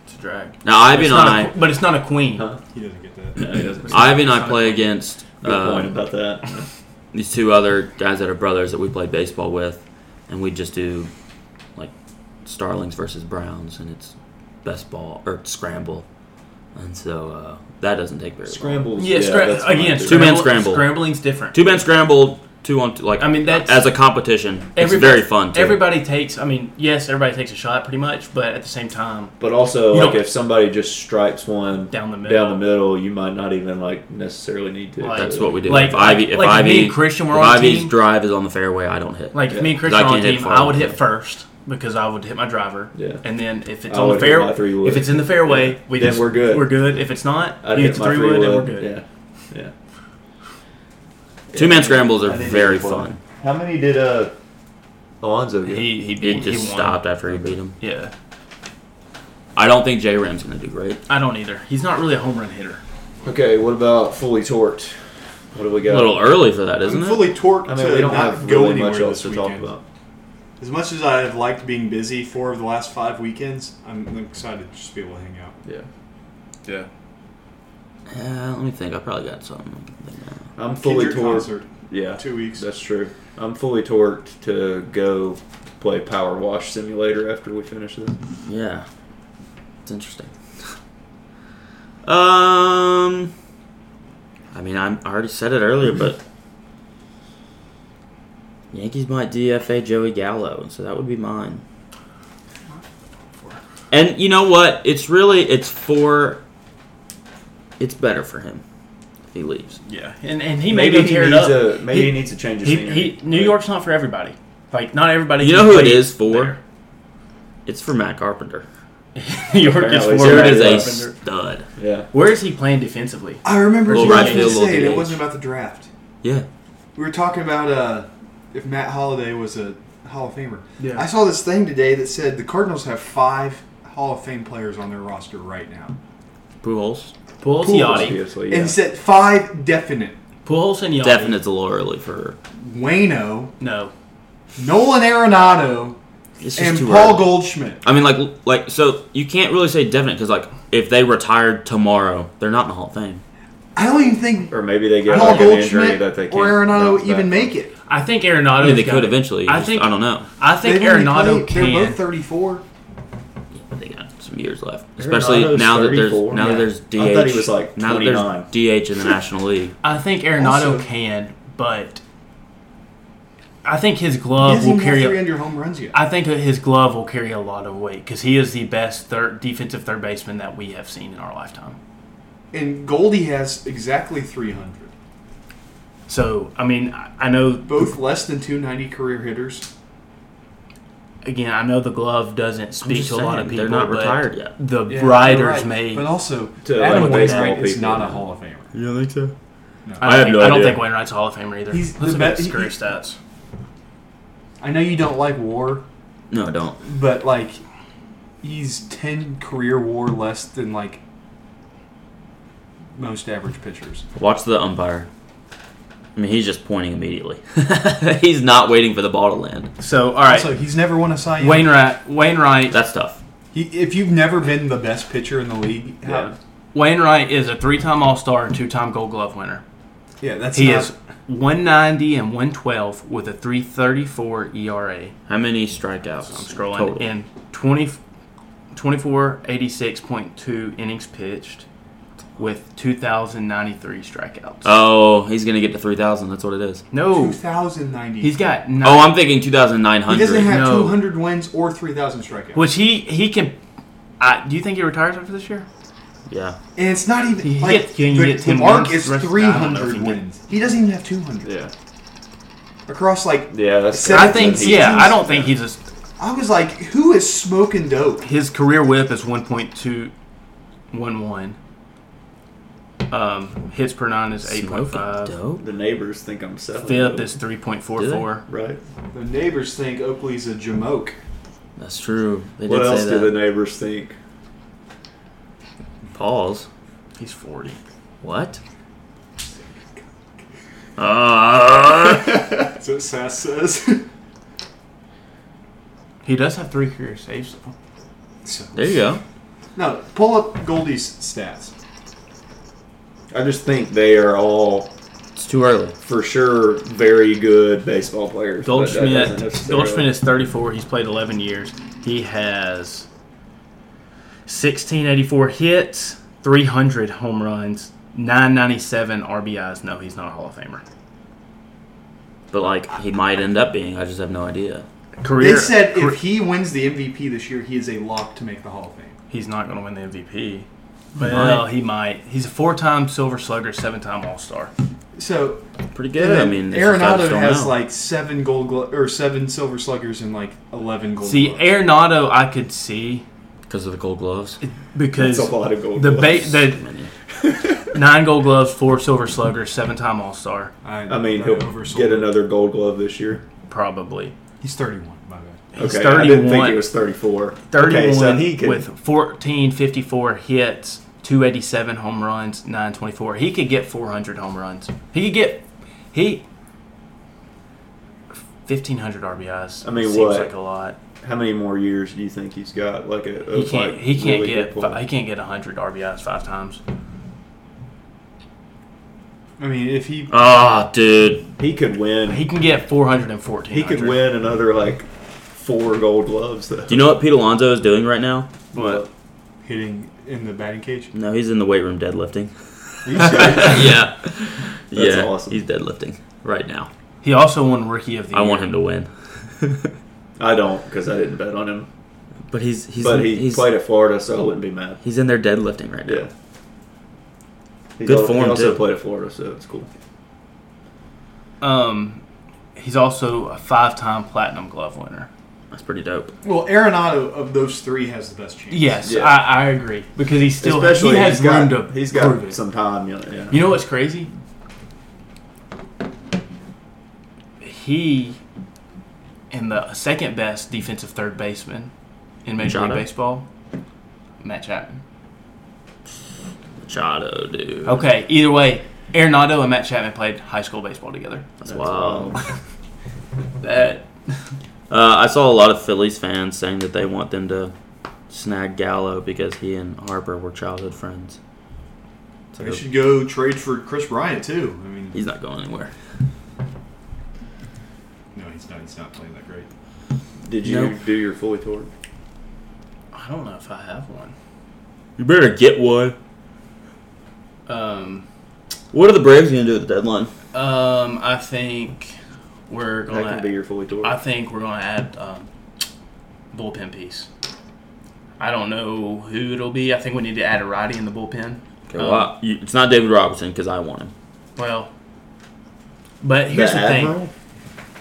Speaker 4: to drag.
Speaker 2: Now, Ivy
Speaker 4: It's
Speaker 2: and
Speaker 4: not a
Speaker 2: I,
Speaker 4: qu- but it's not a queen.
Speaker 1: Huh?
Speaker 5: He doesn't get that.
Speaker 1: No, it doesn't.
Speaker 2: Ivy and I
Speaker 4: not a
Speaker 2: play against
Speaker 1: Good point
Speaker 2: um,
Speaker 1: about that.
Speaker 2: these two other guys that are brothers that we played baseball with, and we just do like Starlings versus Browns, and it's best ball or scramble, and so uh, that doesn't take very long.
Speaker 1: Scrambles.
Speaker 4: Yeah, scra-
Speaker 1: that's fine,
Speaker 4: again,
Speaker 1: too.
Speaker 2: Two-man
Speaker 4: scramble-
Speaker 2: scramble.
Speaker 4: Scrambling's different.
Speaker 2: Two man scramble, two on two, like
Speaker 4: I mean, that's-
Speaker 2: as a competition, it's
Speaker 4: Everybody-
Speaker 2: very fun. Too.
Speaker 4: Everybody takes. I mean, yes, everybody takes a shot pretty much, but at the same time,
Speaker 1: But also,
Speaker 4: You
Speaker 1: like
Speaker 4: don't-
Speaker 1: if somebody just stripes one
Speaker 4: Down the
Speaker 1: down
Speaker 4: middle.
Speaker 1: the middle, you might not even like necessarily need to.
Speaker 4: Like-
Speaker 2: that's what we do.
Speaker 4: Like-
Speaker 2: if Ivy, if
Speaker 4: like if
Speaker 2: Ivy,
Speaker 4: me and Christian were
Speaker 2: if
Speaker 4: on a
Speaker 2: Ivy's
Speaker 4: team-
Speaker 2: drive is on the fairway, I don't hit.
Speaker 4: like if me
Speaker 2: Yeah. 'Cause
Speaker 4: and Christian
Speaker 2: I
Speaker 4: are on
Speaker 2: can't hit
Speaker 4: team,
Speaker 2: far
Speaker 4: I would
Speaker 2: enough.
Speaker 4: hit first because I would hit my driver.
Speaker 1: Yeah.
Speaker 4: And then if it's
Speaker 1: I
Speaker 4: on the
Speaker 1: would hit
Speaker 4: fair,
Speaker 1: my three wood.
Speaker 4: if it's in the fairway,
Speaker 1: Yeah.
Speaker 4: we
Speaker 1: Then
Speaker 4: just
Speaker 1: we're good.
Speaker 4: We're good. If it's not,
Speaker 1: I'd hit
Speaker 4: you hit the
Speaker 1: my
Speaker 4: three wood, and we're good.
Speaker 1: Yeah, yeah.
Speaker 2: Two man scrambles are
Speaker 1: I think
Speaker 2: very
Speaker 1: it's fun.
Speaker 2: fun.
Speaker 1: How many did uh Alonzo get?
Speaker 4: He he,
Speaker 2: It
Speaker 4: beat,
Speaker 2: just
Speaker 4: he won.
Speaker 2: stopped after he beat him.
Speaker 4: Yeah,
Speaker 2: I don't think J Ram's gonna do great.
Speaker 4: I don't either. He's not really a home run hitter.
Speaker 1: okay, what about fully torqued? What do we
Speaker 2: A
Speaker 1: got?
Speaker 2: little early for that, isn't
Speaker 3: I'm
Speaker 2: it?
Speaker 3: fully torqued
Speaker 1: I mean,
Speaker 3: to
Speaker 1: we don't
Speaker 3: not
Speaker 1: have
Speaker 3: go
Speaker 1: really
Speaker 3: anywhere
Speaker 1: much else
Speaker 3: this
Speaker 1: to
Speaker 3: weekend.
Speaker 1: talk about.
Speaker 3: As much as I have liked being busy four of the last five weekends, I'm excited to just be able to hang out.
Speaker 1: Yeah,
Speaker 10: Yeah.
Speaker 2: Uh, let me think. I probably got something.
Speaker 1: I'm fully
Speaker 3: Kendrick
Speaker 1: torqued.
Speaker 3: concert,
Speaker 1: Yeah,
Speaker 3: two weeks.
Speaker 1: that's true. I'm fully torqued to go play Power Wash Simulator after we finish this.
Speaker 2: Yeah, it's interesting. um, I mean, I'm, I already said it earlier, but Yankees might DFA Joey Gallo, and so that would be mine. And you know what? It's really it's for. It's better for him if he leaves.
Speaker 4: Yeah, and and he may be
Speaker 1: he
Speaker 4: teared
Speaker 1: needs
Speaker 4: up.
Speaker 1: a maybe he,
Speaker 4: He-
Speaker 1: needs a change of
Speaker 4: he,
Speaker 1: scenery.
Speaker 4: he, New York's not for everybody. Like not everybody.
Speaker 2: You
Speaker 4: can
Speaker 2: know who it
Speaker 4: play
Speaker 2: is for?
Speaker 4: there. [LAUGHS]
Speaker 2: It's for Matt Carpenter.
Speaker 4: New York is
Speaker 1: Apparently
Speaker 4: for.
Speaker 1: so.
Speaker 2: Jared
Speaker 4: Matt
Speaker 2: is a
Speaker 4: Carpenter.
Speaker 2: stud.
Speaker 1: Yeah,
Speaker 4: Where is he playing defensively?
Speaker 3: I remember
Speaker 2: Little
Speaker 3: you
Speaker 2: right
Speaker 3: guys
Speaker 2: field, little
Speaker 3: saying it
Speaker 2: DH.
Speaker 3: wasn't about the draft.
Speaker 2: Yeah.
Speaker 3: We were talking about uh, if Matt Holliday was a Hall of Famer.
Speaker 4: Yeah.
Speaker 3: I saw this thing today that said the Cardinals have five Hall of Fame players on their roster right now.
Speaker 2: Pujols.
Speaker 4: Pujols,
Speaker 3: Pujols,
Speaker 4: Yachty,
Speaker 1: obviously.
Speaker 3: And
Speaker 1: Yeah.
Speaker 3: he said five definite.
Speaker 4: Pujols and Yachty.
Speaker 2: Definitely a little early for.
Speaker 3: Wayno,
Speaker 4: No,
Speaker 3: Nolan Arenado,
Speaker 2: It's just
Speaker 3: and
Speaker 2: too
Speaker 3: Paul
Speaker 2: early.
Speaker 3: Goldschmidt.
Speaker 2: I mean, like, like, so you can't really say definite because, like, if they retired tomorrow, they're not in the Hall of Fame.
Speaker 3: I don't even think
Speaker 1: or maybe they get
Speaker 3: Paul
Speaker 1: like an injury
Speaker 3: Goldschmidt
Speaker 1: that they can't
Speaker 3: or
Speaker 1: bounce
Speaker 3: Arenado
Speaker 1: back
Speaker 3: even
Speaker 1: from.
Speaker 3: make it.
Speaker 4: I think
Speaker 2: I
Speaker 4: Arenado.
Speaker 2: mean, they could eventually.
Speaker 4: I
Speaker 2: just-
Speaker 4: think
Speaker 2: I don't know.
Speaker 4: I think
Speaker 3: They've only
Speaker 4: Arenado
Speaker 3: played- They're both
Speaker 4: can.
Speaker 3: 34.
Speaker 2: They got some years left, especially now that there's
Speaker 1: 34?
Speaker 2: now that
Speaker 1: Yeah.
Speaker 2: there's DH.
Speaker 1: I thought he was, like,
Speaker 2: now that
Speaker 1: 29.
Speaker 2: there's DH in the National
Speaker 4: [LAUGHS]
Speaker 2: League.
Speaker 4: I think Arenado
Speaker 3: Also-
Speaker 4: can, but I think his
Speaker 3: He
Speaker 4: glove
Speaker 3: hasn't
Speaker 4: will
Speaker 3: even had
Speaker 4: carry. A,
Speaker 3: 300 home runs yet.
Speaker 4: I think his glove will carry a lot of weight because he is the best third defensive third baseman that we have seen in our lifetime.
Speaker 3: And Goldie has exactly 300.
Speaker 4: So I mean, I I know
Speaker 3: Both less than 290 career hitters.
Speaker 4: again, I know the glove doesn't speak
Speaker 2: just
Speaker 4: to a lot
Speaker 2: saying,
Speaker 4: of people.
Speaker 2: they're not
Speaker 4: but
Speaker 2: retired yet.
Speaker 4: The
Speaker 3: Yeah,
Speaker 4: riders
Speaker 3: you're right.
Speaker 4: may.
Speaker 3: But also,
Speaker 1: To,
Speaker 3: Adam
Speaker 1: like, baseball
Speaker 3: Wainwright is
Speaker 1: people.
Speaker 3: not a Hall of Famer.
Speaker 5: You don't think so?
Speaker 4: I, don't
Speaker 2: I have
Speaker 4: think,
Speaker 2: no
Speaker 4: I don't
Speaker 2: idea.
Speaker 4: think Wainwright's a Hall of Famer either.
Speaker 3: He's
Speaker 4: Let's
Speaker 3: the
Speaker 4: look at
Speaker 3: be-
Speaker 4: his career
Speaker 3: he-
Speaker 4: stats.
Speaker 3: I know you don't like war,
Speaker 2: No, I don't.
Speaker 3: but like, he's 10 career war less than like most average pitchers.
Speaker 2: Watch the umpire. I mean, he's just pointing immediately. [LAUGHS] he's not waiting for the ball to land.
Speaker 4: So all right,
Speaker 3: Also, he's never won a Cy Young.
Speaker 4: Wainwright. Wainwright.
Speaker 2: That's tough.
Speaker 3: He, if you've never been the best pitcher in the league, how-
Speaker 4: Yeah. Wainwright is a three-time All-Star and two-time Gold Glove winner.
Speaker 3: yeah, that's
Speaker 4: He
Speaker 3: not-
Speaker 4: is 190 and 112 with a 334 ERA.
Speaker 2: How many strikeouts?
Speaker 4: I'm scrolling.
Speaker 2: total?
Speaker 4: And 20, 2486.2 innings pitched with 2,093 strikeouts.
Speaker 2: Oh, he's gonna get to three thousand. That's what it is.
Speaker 4: no.
Speaker 3: 2,090.
Speaker 4: He's got nine,
Speaker 2: Oh, I'm thinking two thousand nine
Speaker 3: he doesn't
Speaker 2: hundred.
Speaker 3: have
Speaker 4: No.
Speaker 3: 200 wins or 3,000 strikeouts.
Speaker 4: which he, he can. I, do you think he retires after this year?
Speaker 2: Yeah.
Speaker 3: And it's not even
Speaker 4: He
Speaker 3: like
Speaker 4: gets- can you
Speaker 3: the,
Speaker 4: get
Speaker 3: the
Speaker 4: 10
Speaker 3: mark
Speaker 4: wins?
Speaker 3: is
Speaker 4: The rest- I
Speaker 3: three
Speaker 4: don't know if
Speaker 3: hundred
Speaker 4: he can.
Speaker 3: wins. He doesn't even have two hundred
Speaker 1: Yeah,
Speaker 3: across. Like
Speaker 1: yeah. That's
Speaker 3: Except-
Speaker 4: I think, yeah, I don't think he's a,
Speaker 3: I was like, who is smoking dope?
Speaker 4: his career whip is 1.211. Um, hits per nine is eight point
Speaker 2: Smoking
Speaker 4: five.
Speaker 2: dope.
Speaker 1: The neighbors think I'm selling.
Speaker 4: Fifth
Speaker 1: dope,
Speaker 4: is three point four four.
Speaker 1: right.
Speaker 3: The neighbors think Oakley's a jamoke.
Speaker 2: That's true. They
Speaker 1: What
Speaker 2: did
Speaker 1: else
Speaker 2: say
Speaker 1: do the
Speaker 2: that.
Speaker 1: neighbors think?
Speaker 2: Pause.
Speaker 4: He's forty.
Speaker 1: [LAUGHS]
Speaker 2: What?
Speaker 1: Ah.
Speaker 2: Uh,
Speaker 3: That's what Sass says. [LAUGHS]
Speaker 4: He does have three career saves. though.
Speaker 3: so.
Speaker 2: there you go.
Speaker 3: No, pull up Goldie's stats.
Speaker 1: I just think they are all
Speaker 2: It's too early.
Speaker 1: for sure very good baseball players. but that doesn't
Speaker 4: Goldschmidt
Speaker 1: necessarily-
Speaker 4: Goldschmidt is 34. He's played 11 years. He has 1684 hits, 300 home runs, 997 RBIs. No, he's not a Hall of Famer.
Speaker 2: But like he might end up being. I just have no idea.
Speaker 4: Career.
Speaker 3: They said if he wins the MVP this year, he is a lock to make the Hall of Fame.
Speaker 4: he's not going to win the MVP. Well, uh, he might. He's a four-time Silver Slugger, seven-time All-Star.
Speaker 3: So
Speaker 2: Pretty good. I mean, it's just- I just
Speaker 3: Arenado
Speaker 2: don't
Speaker 3: has
Speaker 2: know.
Speaker 3: like seven gold glo- or seven silver sluggers and like eleven gold.
Speaker 4: See,
Speaker 3: gloves.
Speaker 4: Arenado, I could see
Speaker 2: because of the gold gloves.
Speaker 1: [LAUGHS]
Speaker 4: because
Speaker 1: That's a lot of gold.
Speaker 4: the
Speaker 1: gloves.
Speaker 4: ba- the
Speaker 2: Many.
Speaker 4: nine Gold Gloves, four Silver Sluggers, seven-time All-Star,
Speaker 1: I mean, he'll
Speaker 3: oversold
Speaker 1: get
Speaker 3: it.
Speaker 1: another gold glove this year.
Speaker 4: probably.
Speaker 3: He's thirty-one. My bad.
Speaker 4: He's
Speaker 1: okay, I didn't think
Speaker 4: 31.
Speaker 1: he was 34.
Speaker 4: 31
Speaker 1: okay, so he could,
Speaker 4: with 1454 hits, 287 home runs, 924. He could get 400 home runs. He could get he 1500 RBIs.
Speaker 1: I mean,
Speaker 4: seems
Speaker 1: what?
Speaker 4: like a lot.
Speaker 1: How many more years do you think he's got? Like a,
Speaker 4: He can't
Speaker 1: like
Speaker 4: he can't
Speaker 1: really good
Speaker 4: get
Speaker 1: player?
Speaker 4: fi- he can't get 100 RBIs five times.
Speaker 3: I mean, if he
Speaker 2: Ah, dude.
Speaker 1: He could win.
Speaker 4: He
Speaker 1: He,
Speaker 4: can get 414.
Speaker 1: could win another like four gold gloves. Though.
Speaker 2: Do you know what Pete Alonso is doing right now?
Speaker 1: what?
Speaker 3: hitting in the batting [LAUGHS] cage,
Speaker 2: No, he's in the weight
Speaker 1: [LAUGHS]
Speaker 2: room deadlifting.
Speaker 3: Are you serious?
Speaker 2: yeah.
Speaker 1: That's
Speaker 2: yeah.
Speaker 1: awesome.
Speaker 2: He's deadlifting right now.
Speaker 4: He also won rookie of the
Speaker 2: I
Speaker 4: year.
Speaker 2: want him to win. [LAUGHS]
Speaker 1: I don't because I didn't bet on him.
Speaker 2: But he's he's
Speaker 1: but he
Speaker 2: he's,
Speaker 1: played at Florida, so I wouldn't be mad.
Speaker 2: he's in there deadlifting right now.
Speaker 1: Yeah. He's
Speaker 2: Good
Speaker 1: al-
Speaker 2: form,
Speaker 1: He also
Speaker 2: too.
Speaker 1: played at Florida, so it's cool.
Speaker 4: Um he's also a five-time platinum glove winner.
Speaker 2: That's pretty dope.
Speaker 3: well, Arenado of those three has the best chance.
Speaker 4: Yes,
Speaker 1: Yeah.
Speaker 4: I, I agree because he's still
Speaker 1: Especially
Speaker 4: he has
Speaker 1: he's
Speaker 4: room
Speaker 1: got,
Speaker 4: to
Speaker 1: he's
Speaker 4: prove
Speaker 1: got
Speaker 4: it.
Speaker 1: some time. You know, yeah.
Speaker 4: You know what's crazy? He and the second best defensive third baseman in Major
Speaker 2: Machado?
Speaker 4: League Baseball, Matt Chapman.
Speaker 2: Machado, dude.
Speaker 4: Okay, either way, Arenado and Matt Chapman played high school baseball together.
Speaker 2: That's,
Speaker 1: That's
Speaker 2: wild.
Speaker 1: wild.
Speaker 2: [LAUGHS]
Speaker 4: That
Speaker 2: Uh, I saw a lot of Phillies fans saying that they want them to snag Gallo because he and Harper were childhood friends. So
Speaker 3: They should go trade for Chris Bryant too. I mean,
Speaker 2: he's not going anywhere.
Speaker 3: no, he's not. He's not playing that great.
Speaker 1: Did you
Speaker 2: Nope.
Speaker 1: do your fully tour?
Speaker 4: I don't know if I have one.
Speaker 2: You better get one.
Speaker 4: Um,
Speaker 2: What are the Braves going to do at the deadline?
Speaker 4: um, I think we're
Speaker 1: That
Speaker 4: gonna.
Speaker 1: can be your fully tour.
Speaker 4: I think we're going to add um, bullpen piece. I don't know who it'll be. I think we need to add a righty in the bullpen.
Speaker 2: Okay,
Speaker 4: Um,
Speaker 2: well, I- you, it's not David Robertson because I want him.
Speaker 4: Well, but here's the, thing.
Speaker 1: Admiral?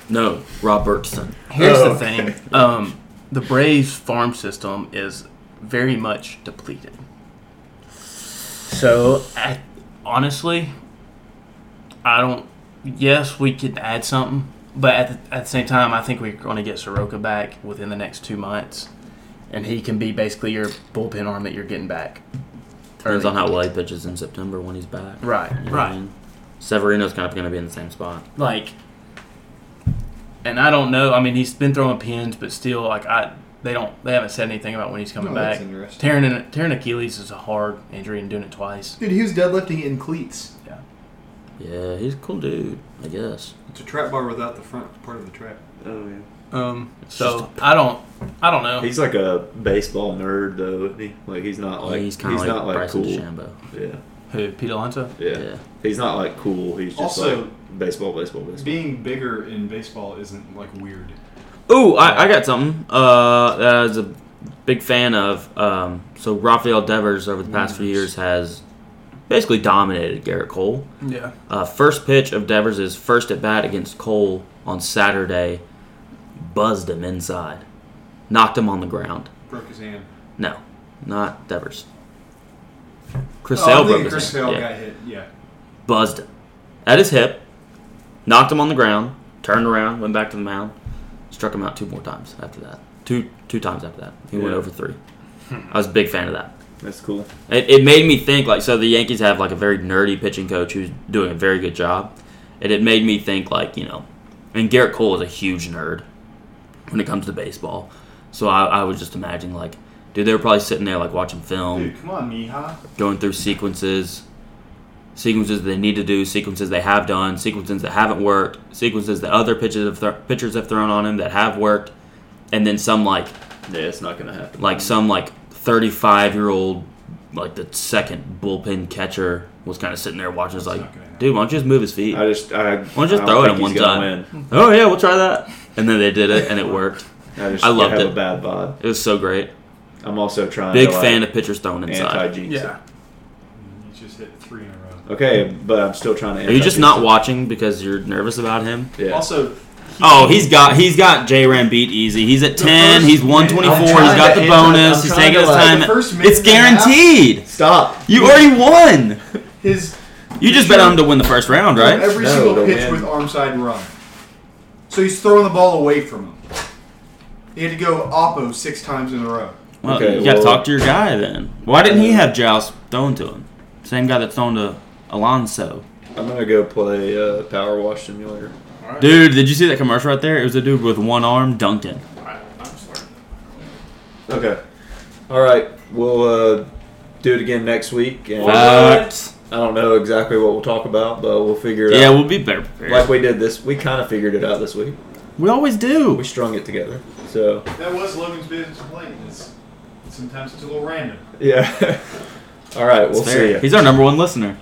Speaker 2: No, Robertson.
Speaker 4: Here's
Speaker 1: Oh,
Speaker 4: the thing. Um, the Braves farm system is very much depleted. So, I, honestly, I don't. Yes, we could add something, but at the, at the same time, I think we're going to get Soroka back within the next two months, and he can be basically your bullpen arm that you're getting back.
Speaker 2: Depends
Speaker 4: Early.
Speaker 2: on how well he pitches in September when he's back.
Speaker 4: Right,
Speaker 2: You know what I
Speaker 4: right.
Speaker 2: mean? Severino's kind of going to be in the same spot.
Speaker 4: like and I don't know. I mean, he's been throwing pins, but still, like I, they don't, they haven't said anything about when he's coming
Speaker 3: No,
Speaker 4: back.
Speaker 3: that's interesting.
Speaker 4: Tearing, an- tearing Achilles is a hard injury, and doing it twice.
Speaker 3: Dude, he was deadlifting in cleats.
Speaker 2: Yeah, he's a cool dude, I guess.
Speaker 3: It's a trap bar without the front part of the trap.
Speaker 1: Oh yeah.
Speaker 4: Um,
Speaker 2: just
Speaker 4: so I don't, I don't know.
Speaker 1: He's like a baseball nerd, though, isn't he? Like he's not like
Speaker 2: he's
Speaker 1: he's,
Speaker 2: kind of like,
Speaker 1: not like
Speaker 2: Bryson
Speaker 1: cool.
Speaker 2: DeChambeau.
Speaker 1: Yeah,
Speaker 4: Who Pete Alonso?
Speaker 1: yeah,
Speaker 2: Yeah.
Speaker 1: He's not like cool. He's just
Speaker 3: Also-
Speaker 1: like baseball, baseball, baseball.
Speaker 3: Being bigger in baseball isn't like weird.
Speaker 2: Ooh, I, I got something. Uh, that I was a big fan of. Um, so Rafael Devers over the past few years has basically dominated Garrett Cole.
Speaker 4: Yeah.
Speaker 2: Uh, first pitch of Devers' first at bat against Cole on Saturday buzzed him inside, knocked him on the ground.
Speaker 3: Broke his hand.
Speaker 2: No, not Devers. Chris
Speaker 5: Oh,
Speaker 2: Sale
Speaker 5: I
Speaker 2: broke
Speaker 5: think
Speaker 2: his
Speaker 5: Chris
Speaker 2: hand.
Speaker 5: Sale
Speaker 2: Yeah.
Speaker 5: got hit. Yeah.
Speaker 2: buzzed him at his hip, knocked him on the ground, turned around, went back to the mound, struck him out two more times after that. Two two times after that, he went
Speaker 1: Yeah.
Speaker 2: over three. I was a big fan of that.
Speaker 1: That's cool.
Speaker 2: It, it made me think like so the Yankees have like a very nerdy pitching coach who's doing a very good job, and it made me think like you know, and Garrett Cole is a huge nerd when it comes to baseball, so I, I was just imagining like, dude, they were probably sitting there like watching film,
Speaker 3: Dude, come on, Mija.
Speaker 2: going through sequences, sequences they need to do, sequences they have done, sequences that haven't worked, sequences that other pitches have th- pitchers have thrown on him that have worked, and then some like
Speaker 1: Yeah, it's not gonna happen.
Speaker 2: like some like 35 year old like the second bullpen catcher was kind of sitting there watching. It's like,
Speaker 3: not gonna happen.
Speaker 2: dude, why don't you just move his feet?
Speaker 1: I just I.
Speaker 2: Why don't you just
Speaker 1: I
Speaker 2: throw it
Speaker 1: think
Speaker 2: him
Speaker 1: he's
Speaker 2: one
Speaker 1: gonna win.
Speaker 2: oh yeah, we'll try that. And then they did it, and it worked.
Speaker 1: I just
Speaker 2: I loved
Speaker 1: have
Speaker 2: it.
Speaker 1: a bad vibe.
Speaker 2: It was so great.
Speaker 1: I'm also trying.
Speaker 2: Big
Speaker 1: to,
Speaker 2: fan
Speaker 1: like,
Speaker 2: of pitchers thrown
Speaker 1: anti
Speaker 2: inside.
Speaker 1: jinx.
Speaker 4: Yeah.
Speaker 3: He just hit three in a row.
Speaker 1: Okay, but I'm still trying to.
Speaker 2: Are you just not
Speaker 1: anti-jinx
Speaker 2: watching because you're nervous about him?
Speaker 1: it. Yeah.
Speaker 3: Also,
Speaker 2: Oh, he's got he's got J Ram beat easy. He's at ten.
Speaker 3: first
Speaker 2: he's
Speaker 3: mid-
Speaker 2: one twenty four.
Speaker 1: I'm
Speaker 2: He's
Speaker 1: trying
Speaker 2: got
Speaker 1: to
Speaker 2: the
Speaker 1: hit on-
Speaker 2: bonus.
Speaker 1: I'm
Speaker 2: He's
Speaker 1: trying
Speaker 2: taking
Speaker 1: to,
Speaker 2: his
Speaker 1: like,
Speaker 2: time.
Speaker 3: the first mid
Speaker 2: It's
Speaker 3: and a half-
Speaker 2: guaranteed.
Speaker 1: Stop.
Speaker 2: You already won.
Speaker 3: his
Speaker 2: You just bet on him to win the first round, right?
Speaker 3: every
Speaker 1: No,
Speaker 3: single
Speaker 1: to
Speaker 3: pitch
Speaker 1: win.
Speaker 3: with arm side run. So he's throwing the ball away from him. He had to go oppo six times in a row.
Speaker 2: Well,
Speaker 1: Okay,
Speaker 2: you got to
Speaker 1: well-
Speaker 2: talk to your guy then. Why didn't he have Joust thrown to him? Same guy that's thrown to Alonso.
Speaker 1: I'm gonna go play uh, Power Wash Simulator.
Speaker 2: Dude, did you see that commercial right there? It was a dude with one arm dunked in.
Speaker 1: Okay. All right. We'll uh, do it again next week, and
Speaker 2: What?
Speaker 1: I don't know exactly what we'll talk about, but we'll figure it
Speaker 2: Yeah,
Speaker 1: out.
Speaker 2: we'll be better prepared.
Speaker 1: like we did this, we kind of figured it out this week.
Speaker 2: we always do.
Speaker 1: We strung it together. So
Speaker 3: That was Logan's business plan. It's, sometimes it's a little random.
Speaker 1: yeah. [LAUGHS] All right. We'll
Speaker 2: It's fair.
Speaker 1: see you.
Speaker 2: He's our number one listener.